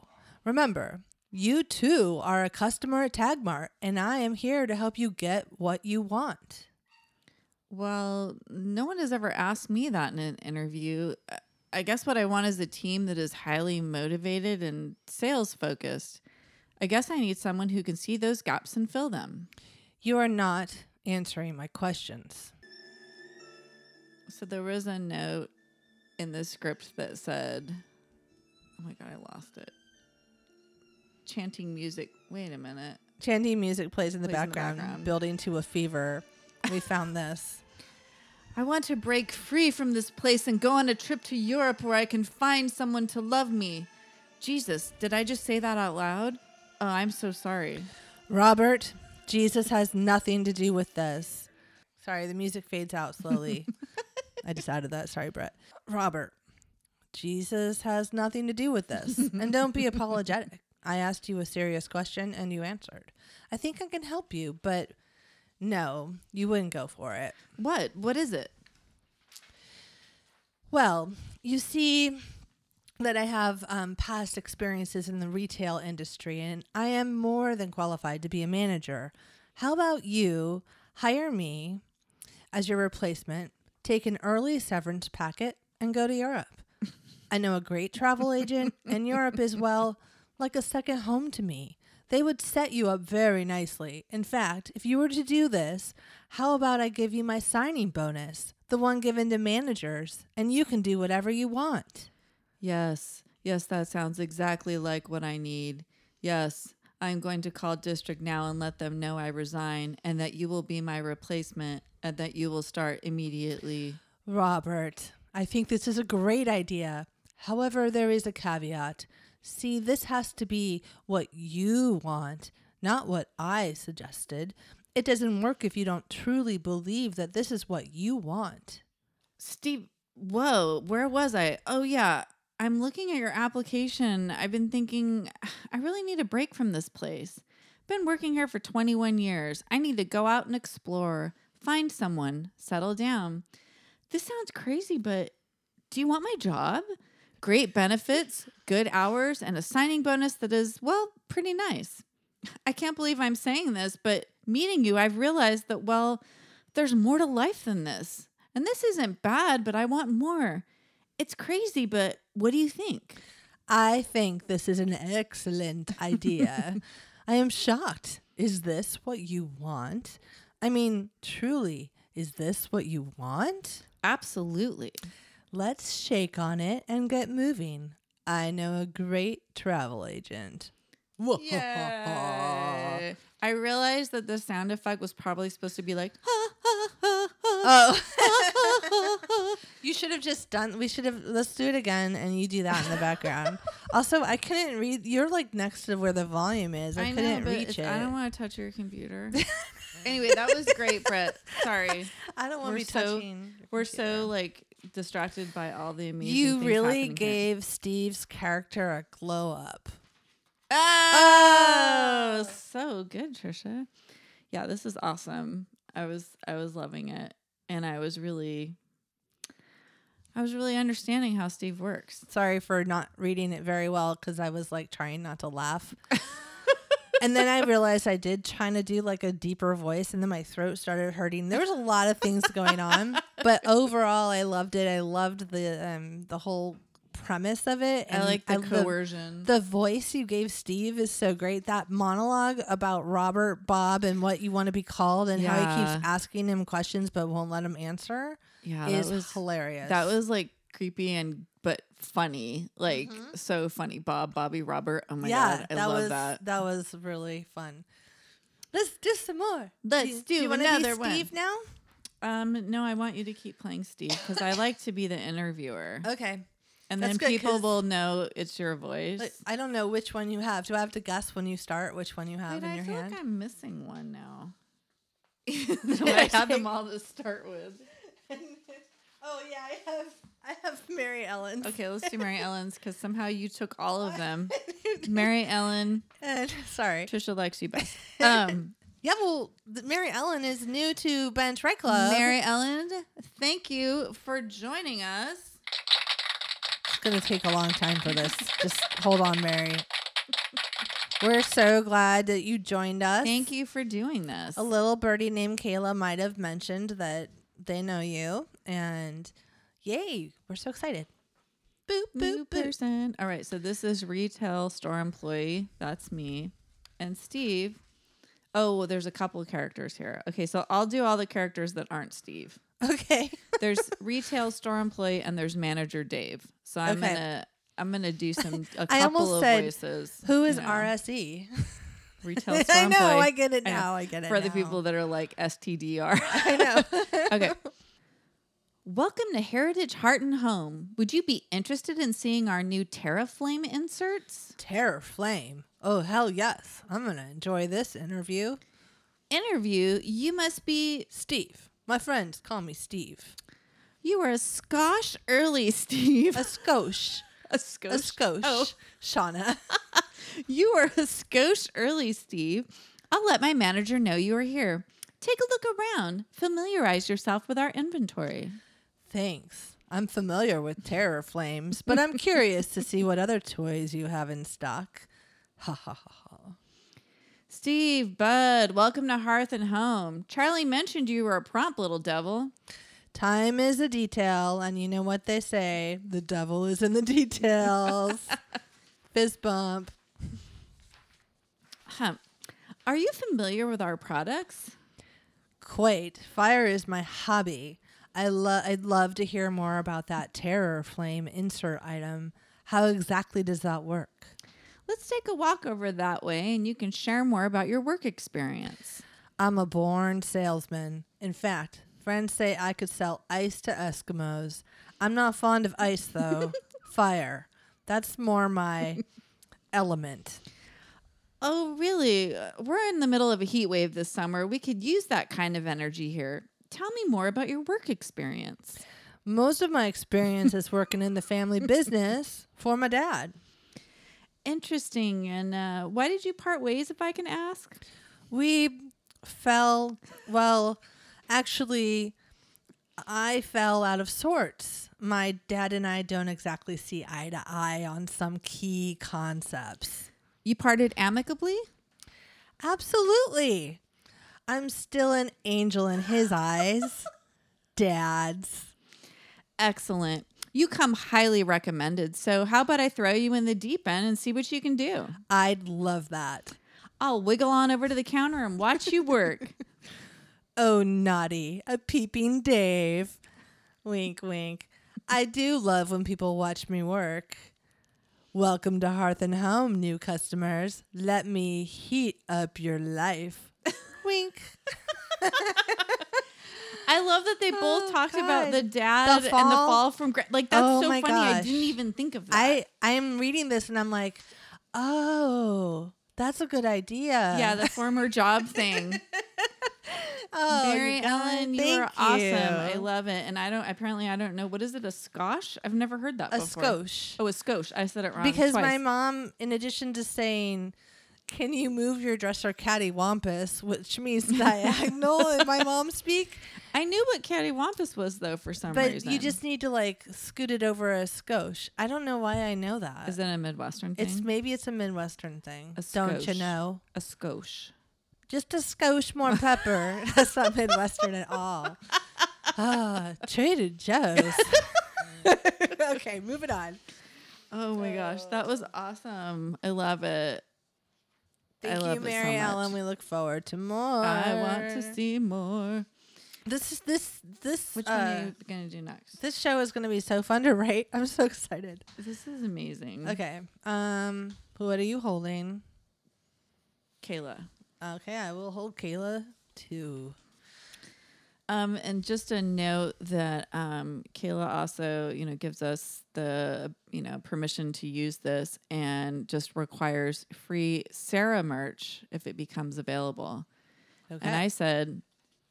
Speaker 2: Remember, you too are a customer at Tagmart, and I am here to help you get what you want.
Speaker 1: Well, no one has ever asked me that in an interview. Uh, I guess what I want is a team that is highly motivated and sales focused. I guess I need someone who can see those gaps and fill them.
Speaker 2: You are not answering my questions.
Speaker 1: So there was a note in the script that said, "Oh my god, I lost it." Chanting music. Wait a minute.
Speaker 2: Chandy music plays in the,
Speaker 1: Plays in the
Speaker 2: background,
Speaker 1: background.
Speaker 2: building to a fever. We found this.
Speaker 1: I want to break free from this place and go on a trip to Europe where I can find someone to love me. Jesus, did I just say that out loud? Oh, I'm so sorry.
Speaker 2: Robert, Jesus has nothing to do with this. Sorry, the music fades out slowly. I just added that. Sorry, Brett. Robert, Jesus has nothing to do with this. and don't be apologetic. I asked you a serious question and you answered. I think I can help you, but no, you wouldn't go for it.
Speaker 1: What? What is it?
Speaker 2: Well, you see that I have um, past experiences in the retail industry and I am more than qualified to be a manager. How about you hire me as your replacement, take an early severance packet, and go to Europe? I know a great travel agent, and Europe is, well, like a second home to me. They would set you up very nicely. In fact, if you were to do this, how about I give you my signing bonus, the one given to managers, and you can do whatever you want?
Speaker 1: Yes, yes, that sounds exactly like what I need. Yes, I'm going to call district now and let them know I resign and that you will be my replacement and that you will start immediately.
Speaker 2: Robert, I think this is a great idea. However, there is a caveat. See, this has to be what you want, not what I suggested. It doesn't work if you don't truly believe that this is what you want.
Speaker 1: Steve, whoa, where was I? Oh, yeah. I'm looking at your application. I've been thinking, I really need a break from this place. Been working here for 21 years. I need to go out and explore, find someone, settle down. This sounds crazy, but do you want my job? Great benefits, good hours, and a signing bonus that is, well, pretty nice. I can't believe I'm saying this, but meeting you, I've realized that, well, there's more to life than this. And this isn't bad, but I want more. It's crazy, but what do you think?
Speaker 2: I think this is an excellent idea. I am shocked. Is this what you want? I mean, truly, is this what you want?
Speaker 1: Absolutely.
Speaker 2: Let's shake on it and get moving. I know a great travel agent.
Speaker 1: I realized that the sound effect was probably supposed to be like,
Speaker 2: Oh. you should have just done we should have let's do it again and you do that in the background. also, I couldn't read you're like next to where the volume is. I,
Speaker 1: I know,
Speaker 2: couldn't
Speaker 1: but
Speaker 2: reach
Speaker 1: it's-
Speaker 2: it.
Speaker 1: I don't want to touch your computer. anyway, that was great, Brett. Sorry.
Speaker 2: I don't want
Speaker 1: We're
Speaker 2: to be
Speaker 1: so-
Speaker 2: touching. your
Speaker 1: We're
Speaker 2: computer.
Speaker 1: so like distracted by all the amazing
Speaker 2: You
Speaker 1: things
Speaker 2: really
Speaker 1: happening here.
Speaker 2: gave Steve's character a glow up.
Speaker 1: Oh, so good, Trisha. Yeah, this is awesome. I was I was loving it, and I was really, I was really understanding how Steve works.
Speaker 2: Sorry for not reading it very well because I was like trying not to laugh. and then I realized I did trying to do like a deeper voice, and then my throat started hurting. There was a lot of things going on, but overall, I loved it. I loved the um the whole premise of it.
Speaker 1: I like the
Speaker 2: love-
Speaker 1: coercion.
Speaker 2: The voice you gave Steve is so great. That monologue about Robert, Bob, and what you want to be called, and how he
Speaker 1: Yeah.
Speaker 2: keeps asking him questions but won't let him answer
Speaker 1: yeah,
Speaker 2: is
Speaker 1: that was
Speaker 2: hilarious.
Speaker 1: that was like creepy and but funny, like so funny. Bob, Bobby, Robert. Oh my
Speaker 2: yeah,
Speaker 1: god, I
Speaker 2: that
Speaker 1: love
Speaker 2: was
Speaker 1: Mm-hmm. that.
Speaker 2: was really fun. Let's do some more.
Speaker 1: Let's do
Speaker 2: you wanna
Speaker 1: another
Speaker 2: be Steve now.
Speaker 1: Um, no, I want you to keep playing Steve because I like to be the interviewer,
Speaker 2: Okay,
Speaker 1: and
Speaker 2: that's
Speaker 1: then
Speaker 2: good,
Speaker 1: people
Speaker 2: 'cause-
Speaker 1: will know it's your voice.
Speaker 2: Like, I don't know which one you have. Do I have to guess when you start which one you have
Speaker 1: Wait,
Speaker 2: in
Speaker 1: I
Speaker 2: your
Speaker 1: feel
Speaker 2: hand?
Speaker 1: like I'm missing one now. so I had them all to start with.
Speaker 2: oh yeah, I have. I have Mary Ellen.
Speaker 1: Okay, let's do Mary Ellen's because somehow you took all of them. Mary Ellen,
Speaker 2: And- sorry.
Speaker 1: Trisha likes you best. Um,
Speaker 2: Yeah, well, th- Mary Ellen is new to Bench Right Club.
Speaker 1: Mary Ellen, thank you for joining us.
Speaker 2: It's going to take a long time for this. Just hold on, Mary. We're so glad that you joined us.
Speaker 1: Thank you for doing this.
Speaker 2: A little birdie named Kayla might have mentioned that they know you, and yay, we're so excited. Boop,
Speaker 1: New
Speaker 2: boop, boop.
Speaker 1: person. All right, so this is retail store employee. That's me. And Steve. Oh, well, there's a couple of characters here. Okay, so I'll do all the characters that aren't Steve.
Speaker 2: Okay.
Speaker 1: there's retail store employee and there's manager Dave. So I'm
Speaker 2: Okay.
Speaker 1: gonna I'm gonna do some a
Speaker 2: I
Speaker 1: couple
Speaker 2: almost
Speaker 1: of
Speaker 2: said,
Speaker 1: voices.
Speaker 2: Who is E?
Speaker 1: you know,
Speaker 2: RSE?
Speaker 1: retail store
Speaker 2: I know.
Speaker 1: employee
Speaker 2: I get it
Speaker 1: I know.
Speaker 2: now. I, get it
Speaker 1: for the
Speaker 2: now.
Speaker 1: people that are like STDR.
Speaker 2: I know.
Speaker 1: okay. Welcome to Heritage Heart and Home. Would you be interested in seeing our new Terraflame inserts?
Speaker 2: Terror Flame. Oh hell yes! I'm gonna enjoy this interview.
Speaker 1: Interview, you must be
Speaker 2: Steve. My friends call me Steve.
Speaker 1: you are a skosh early, Steve.
Speaker 2: A skosh.
Speaker 1: A
Speaker 2: A
Speaker 1: skosh.
Speaker 2: skosh.
Speaker 1: Oh.
Speaker 2: Shauna.
Speaker 1: You are a skosh early, Steve. I'll let my manager know you are here. Take a look around. Familiarize yourself with our inventory.
Speaker 2: Thanks. I'm familiar with Terror Flames, but I'm curious to see what other toys you have in stock. Ha ha ha ha.
Speaker 1: Steve, Bud, welcome to Hearth and Home. Charlie mentioned you were a prompt little devil.
Speaker 2: Time is a detail, and you know what they say: the devil is in the details. Fist bump.
Speaker 1: Huh. Are you familiar with our products?
Speaker 2: Quite. Fire is my hobby. I love. I'd love to hear more about that terror flame insert item. How exactly does that work?
Speaker 1: Let's take a walk over that way and you can share more about your work experience.
Speaker 2: I'm a born salesman. In fact, friends say I could sell ice to Eskimos. I'm not fond of ice though. Fire. That's more my element.
Speaker 1: Oh, really? Uh, We're in the middle of a heat wave this summer. We could use that kind of energy here. Tell me more about your work experience.
Speaker 2: Most of my experience is working in the family business for my dad.
Speaker 1: Interesting. And uh, why did you part ways, if I can ask?
Speaker 2: We fell, well, actually, I fell out of sorts. My dad and I don't exactly see eye to eye on some key concepts.
Speaker 1: You parted amicably?
Speaker 2: Absolutely. I'm still an angel in his eyes. Dad's.
Speaker 1: Excellent. You come highly recommended. So, how about I throw you in the deep end and see what you can do?
Speaker 2: I'd love that.
Speaker 1: I'll wiggle on over to the counter and watch you work.
Speaker 2: Oh, naughty, a peeping Dave. Wink, wink. I do love when people watch me work. Welcome to Hearth and Home, new customers. Let me heat up your life. Wink.
Speaker 1: I love that they both
Speaker 2: Oh,
Speaker 1: talked about
Speaker 2: God.
Speaker 1: the dad
Speaker 2: The
Speaker 1: and the
Speaker 2: fall?
Speaker 1: fall from gra- like that's
Speaker 2: Oh
Speaker 1: so
Speaker 2: my
Speaker 1: funny. I
Speaker 2: gosh.
Speaker 1: didn't even think of that.
Speaker 2: I I'm reading this and I'm like, oh, that's a good idea.
Speaker 1: uh, yeah, the former job thing.
Speaker 2: Oh, you
Speaker 1: Mary
Speaker 2: guys,
Speaker 1: Ellen, you
Speaker 2: thank
Speaker 1: are awesome. I
Speaker 2: you.
Speaker 1: love it. And I don't apparently I don't know what is it a skosh? I've never heard that
Speaker 2: a
Speaker 1: before.
Speaker 2: skosh.
Speaker 1: Oh, a skosh. I said it wrong
Speaker 2: Because my
Speaker 1: twice.
Speaker 2: mom, in addition to saying, "Can you move your dresser cattywampus," which means diagonal in my mom speak,
Speaker 1: I knew what cattywampus was though for some
Speaker 2: but
Speaker 1: reason.
Speaker 2: you just need to like scoot it over a skosh. I don't know why I know that.
Speaker 1: is that a Midwestern thing?
Speaker 2: it's maybe it's a Midwestern thing.
Speaker 1: A
Speaker 2: don't you
Speaker 1: skosh.
Speaker 2: know?
Speaker 1: a skosh.
Speaker 2: Just a skosh more pepper. That's not Midwestern at all. Ah, Trader Joe's. okay, moving on.
Speaker 1: Oh my gosh, that was awesome. I love it. I
Speaker 2: Thank
Speaker 1: love
Speaker 2: you,
Speaker 1: it so
Speaker 2: Mary Ellen.
Speaker 1: much.
Speaker 2: We look forward to more.
Speaker 1: I want to see more.
Speaker 2: This is this this
Speaker 1: Which one
Speaker 2: uh,
Speaker 1: are you gonna do next?
Speaker 2: this show is going to be so fun to write. I'm so excited.
Speaker 1: This is amazing.
Speaker 2: Okay. Um, what are you holding?
Speaker 1: Kayla.
Speaker 2: Okay, I will hold Kayla too.
Speaker 1: Um, and just a note that um, Kayla also, you know, gives us the you know permission to use this, and just requires free Sarah merch if it becomes available.
Speaker 2: Okay.
Speaker 1: And I said,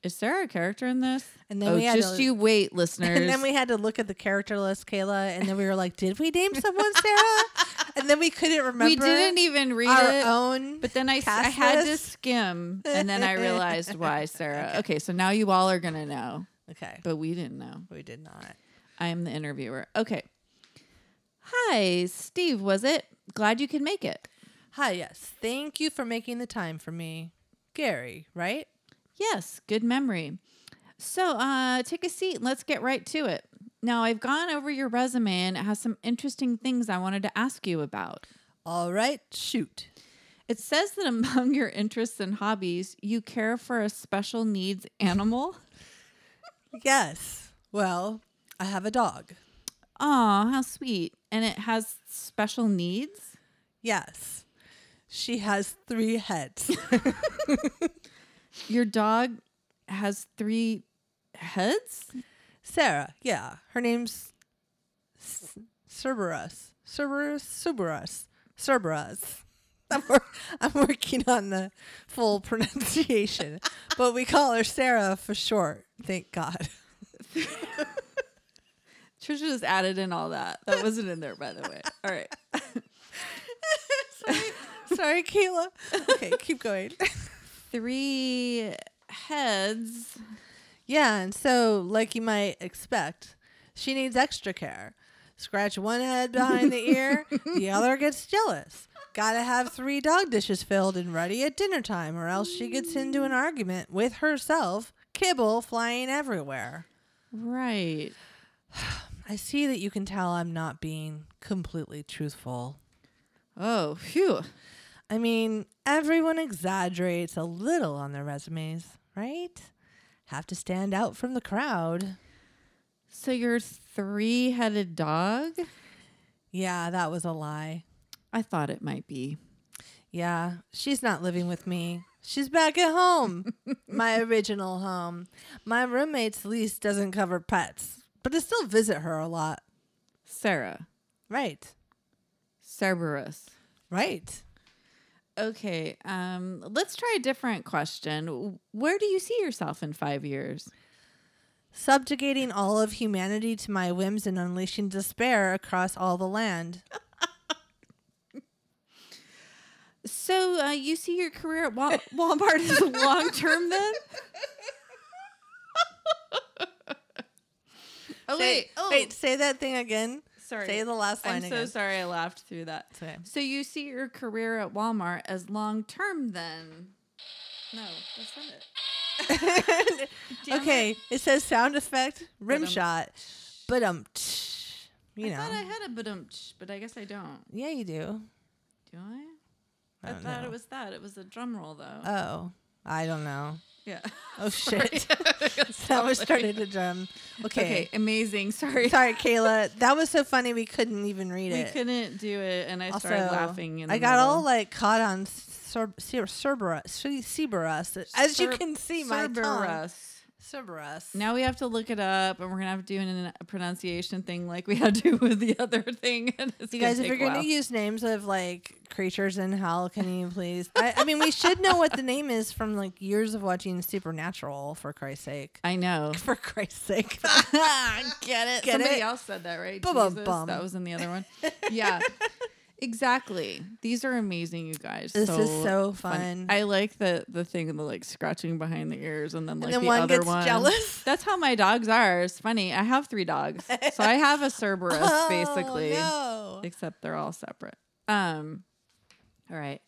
Speaker 1: "Is Sarah a character in this?"
Speaker 2: Uh, And then
Speaker 1: oh,
Speaker 2: we had
Speaker 1: just
Speaker 2: to-
Speaker 1: you wait, listeners.
Speaker 2: and then we had to look at the character list, Kayla, and then we were like, "Did we name someone Sarah?" and then we couldn't remember.
Speaker 1: We didn't even read
Speaker 2: our
Speaker 1: it.
Speaker 2: own.
Speaker 1: But then I, s- I
Speaker 2: cast
Speaker 1: had to
Speaker 2: list?
Speaker 1: skim, and then I realized why, Sarah. Okay. so now you all are gonna know,
Speaker 2: okay,
Speaker 1: but we didn't know.
Speaker 2: we did not.
Speaker 1: I am the interviewer. Okay. Hi, Steve. Was it? Glad you could make it.
Speaker 2: Hi, yes, thank you for making the time for me, Gary. Right?
Speaker 1: Yes, good memory. So, uh, take a seat. and Let's get right to it. Now, I've gone over your resume, and it has some interesting things I wanted to ask you about.
Speaker 2: All right, shoot.
Speaker 1: It says that among your interests and hobbies, you care for a special needs animal.
Speaker 2: Yes. Well, I have a dog.
Speaker 1: Aw, how sweet. And it has special needs.
Speaker 2: Yes. She has three heads.
Speaker 1: Your dog has three heads?
Speaker 2: Sarah, yeah. Her name's S- Cerberus. Cerberus? Cerberus. Cerberus. I'm, wor- I'm working on the full pronunciation, but we call her Sarah for short. Thank God.
Speaker 1: Trisha just added in all that. That wasn't in there, by the way. All right.
Speaker 2: Sorry, Kayla. Okay, keep going.
Speaker 1: Three heads.
Speaker 2: Yeah, and so, like you might expect, she needs extra care. Scratch one head behind the ear, the other gets jealous. Gotta have three dog dishes filled and ready at dinner time, or else she gets into an argument with herself, kibble flying everywhere.
Speaker 1: Right.
Speaker 2: I see that you can tell I'm not being completely truthful.
Speaker 1: Oh, phew.
Speaker 2: I mean, everyone exaggerates a little on their resumes, right? Have to stand out from the crowd.
Speaker 1: So you're three headed dog?
Speaker 2: Yeah, that was a lie.
Speaker 1: I thought it might be.
Speaker 2: Yeah, she's not living with me. She's back at home, my original home. My roommate's lease doesn't cover pets, but I still visit her a lot.
Speaker 1: Sarah.
Speaker 2: Right,
Speaker 1: Cerberus.
Speaker 2: right.
Speaker 1: Okay. Um, let's try a different question. Where do you see yourself in five years?
Speaker 2: Subjugating all of humanity to my whims and unleashing despair across all the land.
Speaker 1: Oh, So uh, you see your career at Wal- Walmart as long term then?
Speaker 2: Say-
Speaker 1: oh wait! Oh,
Speaker 2: wait, say that thing again.
Speaker 1: sorry.
Speaker 2: Say the last line
Speaker 1: I'm so
Speaker 2: again.
Speaker 1: sorry. I laughed through that.
Speaker 2: It's okay.
Speaker 1: So you see your career at Walmart as long term then? No, that's not it. Damn
Speaker 2: okay,
Speaker 1: it.
Speaker 2: it. says sound effect, rim
Speaker 1: Ba-dum.
Speaker 2: shot, but um, you know.
Speaker 1: I thought I had a badumch, but I guess I don't.
Speaker 2: yeah, you do.
Speaker 1: Do I? I,
Speaker 2: don't
Speaker 1: thought
Speaker 2: know.
Speaker 1: it was that. It was a drum roll though.
Speaker 2: Oh, I don't know.
Speaker 1: yeah.
Speaker 2: Oh shit.
Speaker 1: that
Speaker 2: that was started to drum.
Speaker 1: Okay,
Speaker 2: Okay.
Speaker 1: amazing. Sorry.
Speaker 2: Sorry, Kayla. That was so funny. We couldn't even read
Speaker 1: We
Speaker 2: it.
Speaker 1: couldn't do it, and I
Speaker 2: Also,
Speaker 1: started laughing. In
Speaker 2: I
Speaker 1: the
Speaker 2: got
Speaker 1: middle.
Speaker 2: all like caught on Cer- Cer- Cerberus, Ce- Cerberus. As you
Speaker 1: Cer-
Speaker 2: can see, my tongue.
Speaker 1: Cerberus.
Speaker 2: Cerberus.
Speaker 1: Now we have to look it up, and we're gonna have to do an, a pronunciation thing like we had to with the other thing. And it's
Speaker 2: you guys, if you're going to
Speaker 1: use
Speaker 2: use names of like creatures in hell, can you please? I, I mean, we should know what the name is from like years of watching Supernatural. For Christ's sake,
Speaker 1: I know.
Speaker 2: for Christ's sake.
Speaker 1: Get it?
Speaker 2: Get
Speaker 1: Somebody
Speaker 2: it?
Speaker 1: else said that, right?
Speaker 2: Bum, bum,
Speaker 1: Jesus,
Speaker 2: bum.
Speaker 1: That was in the other one. Yeah. Exactly. These are amazing, you guys.
Speaker 2: This is so fun.
Speaker 1: I like the the thing the like scratching behind the ears and then like
Speaker 2: then
Speaker 1: the
Speaker 2: one
Speaker 1: other
Speaker 2: gets
Speaker 1: one.
Speaker 2: jealous.
Speaker 1: That's how my dogs are. It's funny. I have three dogs, so I have a Cerberus
Speaker 2: Oh,
Speaker 1: basically,
Speaker 2: no.
Speaker 1: except they're all separate. Um, all right.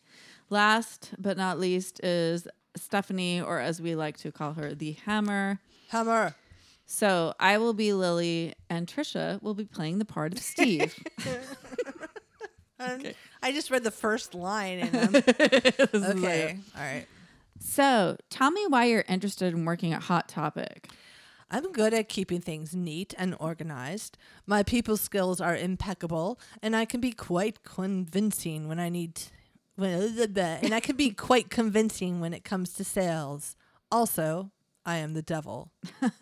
Speaker 1: Last but not least is Stephanie, or as we like to call her, the Hammer.
Speaker 2: Hummer.
Speaker 1: So I will be Lily, and Trisha will be playing the part of Steve.
Speaker 2: Um, I just read the first line in them. okay. All right.
Speaker 1: so tell me why you're interested in working at Hot Topic.
Speaker 2: I'm good at keeping things neat and organized. My people skills are impeccable, and I can be quite convincing when I need. and I can be quite convincing when it comes to sales. Also, I am the devil.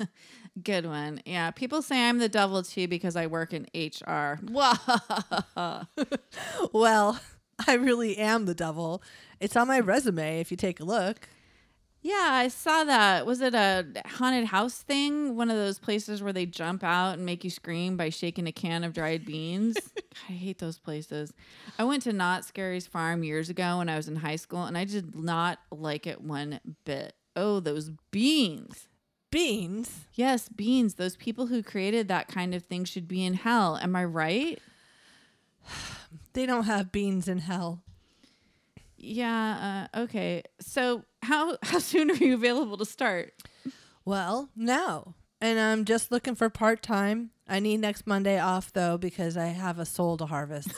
Speaker 1: Good one. Yeah, people say I'm the devil too because I work in HR. Whoa.
Speaker 2: Well, I really am the devil. It's on my resume if you take a look.
Speaker 1: Yeah, I saw that. Was it a haunted house thing? One of those places where they jump out and make you scream by shaking a can of dried beans? God, I hate those places. I went to Not Scary's Farm years ago when I was in high school, and I did not like it one bit. Oh, those beans.
Speaker 2: Beans.
Speaker 1: Yes, beans. Those people who created that kind of thing should be in hell. Am I right?
Speaker 2: They don't have beans in hell.
Speaker 1: Yeah, uh, okay. So, how, how soon are you available to start?
Speaker 2: Well, no. And I'm just looking for part time. I need next Monday off though because I have a soul to harvest.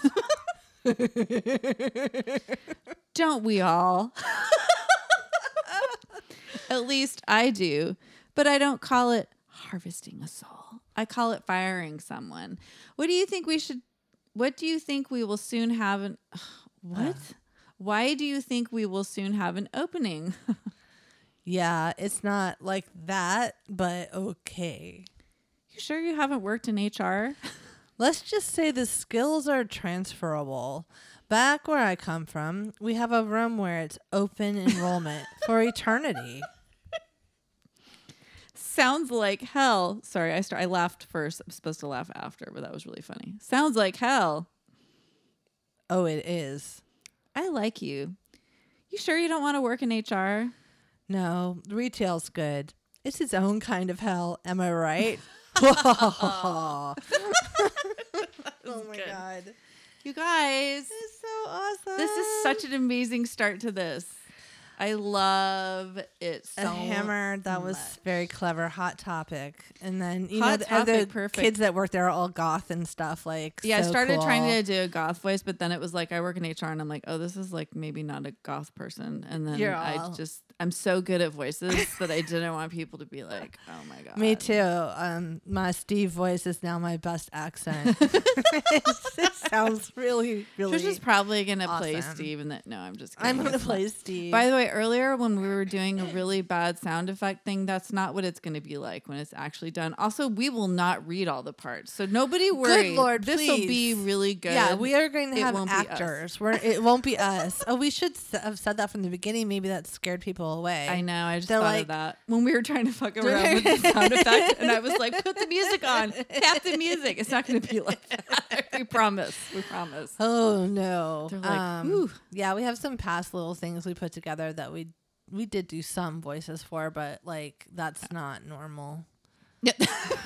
Speaker 1: Don't we all? At least I do. But I don't call it harvesting a soul. I call it firing someone. What do you think we should what do you think we will soon have an ugh, what? Why do you think we will soon have an opening?
Speaker 2: yeah, it's not like that, but okay.
Speaker 1: you sure you haven't worked in HR?
Speaker 2: Let's just say the skills are transferable. Back where I come from, we have a room where it's open enrollment for eternity.
Speaker 1: Sounds like hell. Sorry, I start, I laughed first. I'm supposed to laugh after, but that was really funny. Sounds like hell.
Speaker 2: Oh, it is.
Speaker 1: I like you. You sure you don't want to work in HR?
Speaker 2: No, retail's good. It's its own kind of hell. Am I right? oh my god.
Speaker 1: You guys,
Speaker 2: It's so awesome.
Speaker 1: this is such an amazing start to this. I love it so
Speaker 2: a hammer that was very clever, hot topic. And then you
Speaker 1: Hot
Speaker 2: know the, other
Speaker 1: topic, perfect.
Speaker 2: kids that work there are all goth and stuff like
Speaker 1: Yeah, I
Speaker 2: so
Speaker 1: started
Speaker 2: cool.
Speaker 1: trying to do a goth voice, but then it was like I work in HR and I'm like, oh, this is like maybe not a goth person. And then
Speaker 2: You're
Speaker 1: I
Speaker 2: all-
Speaker 1: just I'm so good at voices that I didn't want people to be like, oh my god.
Speaker 2: Me too. Um, my Steve voice is now my best accent. it sounds really, really.
Speaker 1: Trisha's probably gonna play
Speaker 2: awesome.
Speaker 1: Steve and that no, I'm just kidding.
Speaker 2: I'm gonna
Speaker 1: It's not.
Speaker 2: play Steve.
Speaker 1: By the way, earlier when we were doing a really bad sound effect thing, that's not what it's going to be like when it's actually done. Also, we will not read all the parts, so nobody worry.
Speaker 2: Lord,
Speaker 1: this will be
Speaker 2: please.
Speaker 1: really good.
Speaker 2: Yeah, we are going to
Speaker 1: It
Speaker 2: have
Speaker 1: won't be us.
Speaker 2: actors. We're, it won't be us. Oh, we should s- have said that from the beginning. Maybe that scared people away.
Speaker 1: I know. I just
Speaker 2: They're
Speaker 1: thought
Speaker 2: like-
Speaker 1: of that when we were trying to fuck around with the sound effect, and I was like, "Put the music on, tap the music." It's not going to be like that. we promise. We promise.
Speaker 2: Oh no.
Speaker 1: They're like,
Speaker 2: Um,
Speaker 1: "Ooh."
Speaker 2: Yeah, we have some past little things we put together that we we did do some voices for, but like
Speaker 1: Uh.
Speaker 2: that's not normal. It's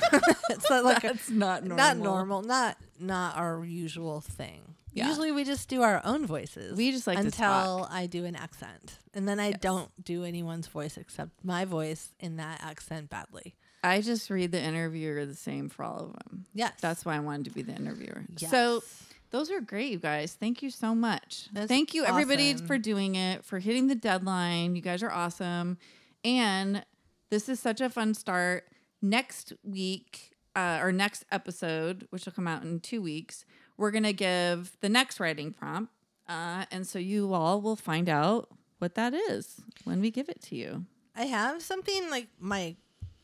Speaker 2: not like a,
Speaker 1: That's not normal.
Speaker 2: not normal, not not our usual thing.
Speaker 1: Yeah.
Speaker 2: Usually we just do our own voices.
Speaker 1: We just like to
Speaker 2: until I do an accent, and then I don't do anyone's voice except my voice in that accent badly.
Speaker 1: I just read the interviewer the same for all of them.
Speaker 2: Yes,
Speaker 1: That's why I wanted to be the interviewer.
Speaker 2: Yes.
Speaker 1: So those are great, you guys. Thank you so much.
Speaker 2: That's
Speaker 1: Thank you everybody
Speaker 2: awesome.
Speaker 1: for doing it, for hitting the deadline. You guys are awesome. And this is such a fun start. Next week, uh, our next episode, which will come out in two weeks, we're going to give the next writing prompt. Uh, and so you all will find out what that is when we give it to you.
Speaker 2: I have something like my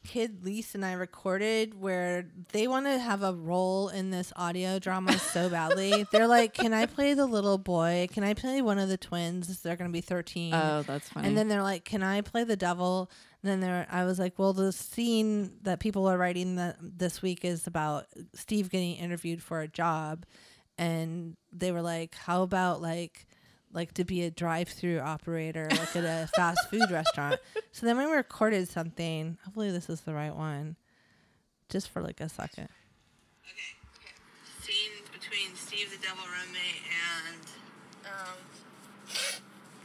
Speaker 2: kid Lise and I recorded where they want to have a role in this audio drama so badly. They're like, "Can I play the little boy? Can I play one of the twins? They're going to be 13."
Speaker 1: Oh, that's funny.
Speaker 2: And then they're like, "Can I play the devil?" And then there, I was like, "Well, the scene that people are writing that this week is about Steve getting interviewed for a job, and they were like, "How about like, like to be a drive-through operator, like at a fast food restaurant?" So then we recorded something. Hopefully, this is the right one. Just for like a second.
Speaker 3: Okay. Scene between Steve the Devil Roommate and
Speaker 4: um,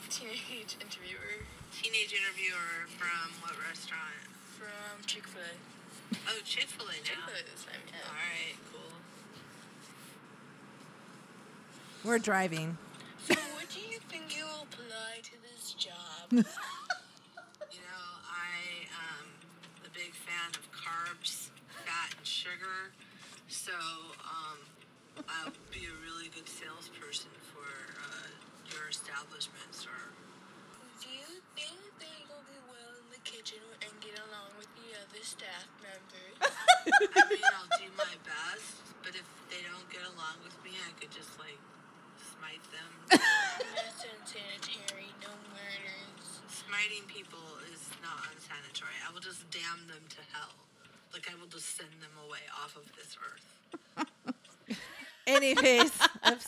Speaker 4: teenage interviewer
Speaker 3: teenage interviewer from what restaurant?
Speaker 4: from Chick Fil A.
Speaker 3: Oh, Chick Fil A
Speaker 4: Chick
Speaker 3: now.
Speaker 4: Fil A this time,
Speaker 3: All
Speaker 4: yeah.
Speaker 3: right, cool.
Speaker 2: We're driving.
Speaker 4: So, what do you think you will apply to this job?
Speaker 3: You know, I um, am a big fan of carbs, fat, and sugar, so um, I'll be a really good salesperson for uh, your establishments or.
Speaker 4: do you think that you'll do well in the kitchen and get along with the other staff members?
Speaker 3: I mean, I'll do my best, but if they don't get along with me, I could just like smite them.
Speaker 4: That's unsanitary. No murders.
Speaker 3: Smiting people is not unsanitary. I will just damn them to hell. Like I will just send them away off of this earth.
Speaker 2: Anyways, oops.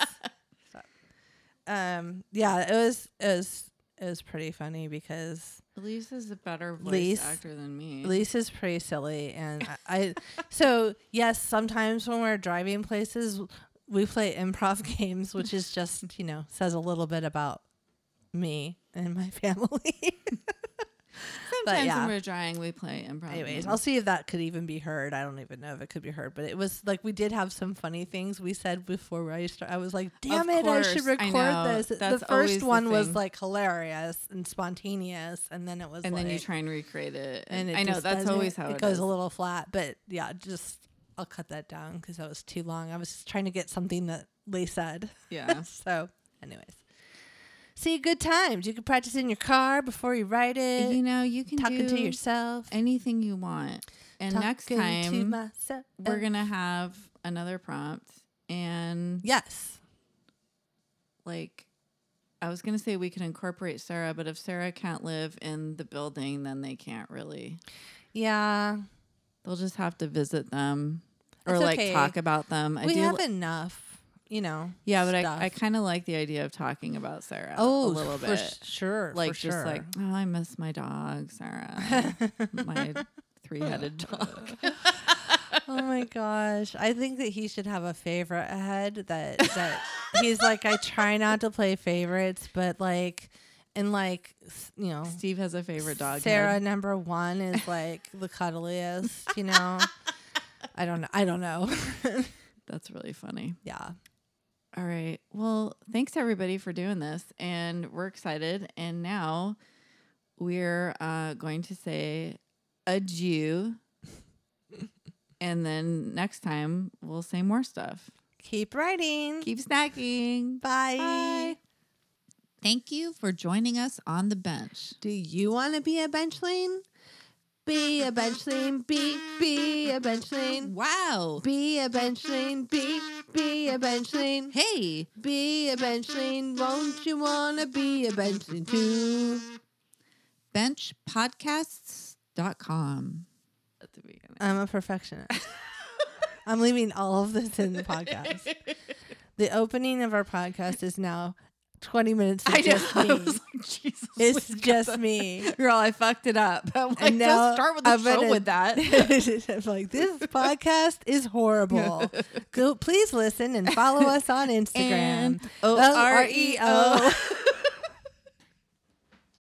Speaker 2: Um, yeah, it was it was it was pretty funny because
Speaker 1: Elise is a better voice
Speaker 2: Elise-
Speaker 1: actor than me.
Speaker 2: Lisa's pretty silly, and I, I so yes, sometimes when we're driving places, we play improv games, which is just you know says a little bit about me and my family.
Speaker 1: Sometimes
Speaker 2: yeah.
Speaker 1: when we're drying, we play improv.
Speaker 2: Anyways,
Speaker 1: games.
Speaker 2: I'll see if that could even be heard. I don't even know if it could be heard, but it was like we did have some funny things we said before I started. I was like, "Damn it, I should
Speaker 1: course, I
Speaker 2: record
Speaker 1: know.
Speaker 2: this."
Speaker 1: That's
Speaker 2: the
Speaker 1: always
Speaker 2: first
Speaker 1: the
Speaker 2: one was
Speaker 1: thing.
Speaker 2: like hilarious and spontaneous, and then it was
Speaker 1: and
Speaker 2: like,
Speaker 1: then you try and recreate it.
Speaker 2: and
Speaker 1: And,
Speaker 2: it
Speaker 1: I know
Speaker 2: just
Speaker 1: that's
Speaker 2: doesn't-
Speaker 1: always how
Speaker 2: it
Speaker 1: it,
Speaker 2: goes
Speaker 1: is.
Speaker 2: a little flat. But yeah, just I'll cut that down because that was too long. I was just trying to get something that Lee said.
Speaker 1: Yeah.
Speaker 2: so, anyways, see, good times. You can practice in your car before you write it.
Speaker 1: you know, you can
Speaker 2: talking
Speaker 1: do
Speaker 2: to yourself.
Speaker 1: anything you want. And next
Speaker 2: talking to
Speaker 1: time,
Speaker 2: myself.
Speaker 1: we're going to have another prompt. And
Speaker 2: yes.
Speaker 1: like, I was going to say we can incorporate Sarah, but if Sarah can't live in the building, then they can't really.
Speaker 2: Yeah.
Speaker 1: They'll just have to visit them or
Speaker 2: It's
Speaker 1: like
Speaker 2: okay.
Speaker 1: talk about them. I
Speaker 2: we
Speaker 1: do.
Speaker 2: have enough, you know.
Speaker 1: yeah, but
Speaker 2: stuff.
Speaker 1: I, I kind of like the idea of talking about Sarah
Speaker 2: oh,
Speaker 1: a little
Speaker 2: for
Speaker 1: bit.
Speaker 2: sure. for
Speaker 1: like just
Speaker 2: sure.
Speaker 1: like oh i miss my dog sarah my three-headed dog
Speaker 2: Oh my gosh. I think that he should have a favorite ahead that that he's like I try not to play favorites, but like and like s- you know
Speaker 1: steve has a favorite dog
Speaker 2: Sarah
Speaker 1: head.
Speaker 2: number 1 is like the cuddliest, you know. I don't know. I don't know.
Speaker 1: that's really funny
Speaker 2: yeah.
Speaker 1: all right well thanks everybody for doing this and we're excited and now we're uh, going to say adieu and then next time we'll say more stuff
Speaker 2: Keep writing.
Speaker 1: keep snacking
Speaker 2: Bye.
Speaker 1: Bye. thank you for joining us on the bench
Speaker 2: Do you want to be a benchling? Be a benchling. Be be a benchling.
Speaker 1: wow
Speaker 2: Be a benchling. Be be a benchling.
Speaker 1: hey
Speaker 2: Be a benchling, won't you wanna be a benchling too?
Speaker 1: benchpodcasts.com at the beginning.
Speaker 2: I'm a perfectionist. I'm leaving all of this in the podcast. The opening of our podcast is now 20 minutes of just me.
Speaker 1: Jesus.
Speaker 2: It's just me.
Speaker 1: Girl, I fucked it up. I'm like,
Speaker 2: And now
Speaker 1: just start with the
Speaker 2: I'm
Speaker 1: show
Speaker 2: gonna-
Speaker 1: with that.
Speaker 2: I'm like this podcast is horrible. Go, please listen and follow us on Instagram.
Speaker 1: And E O R E O.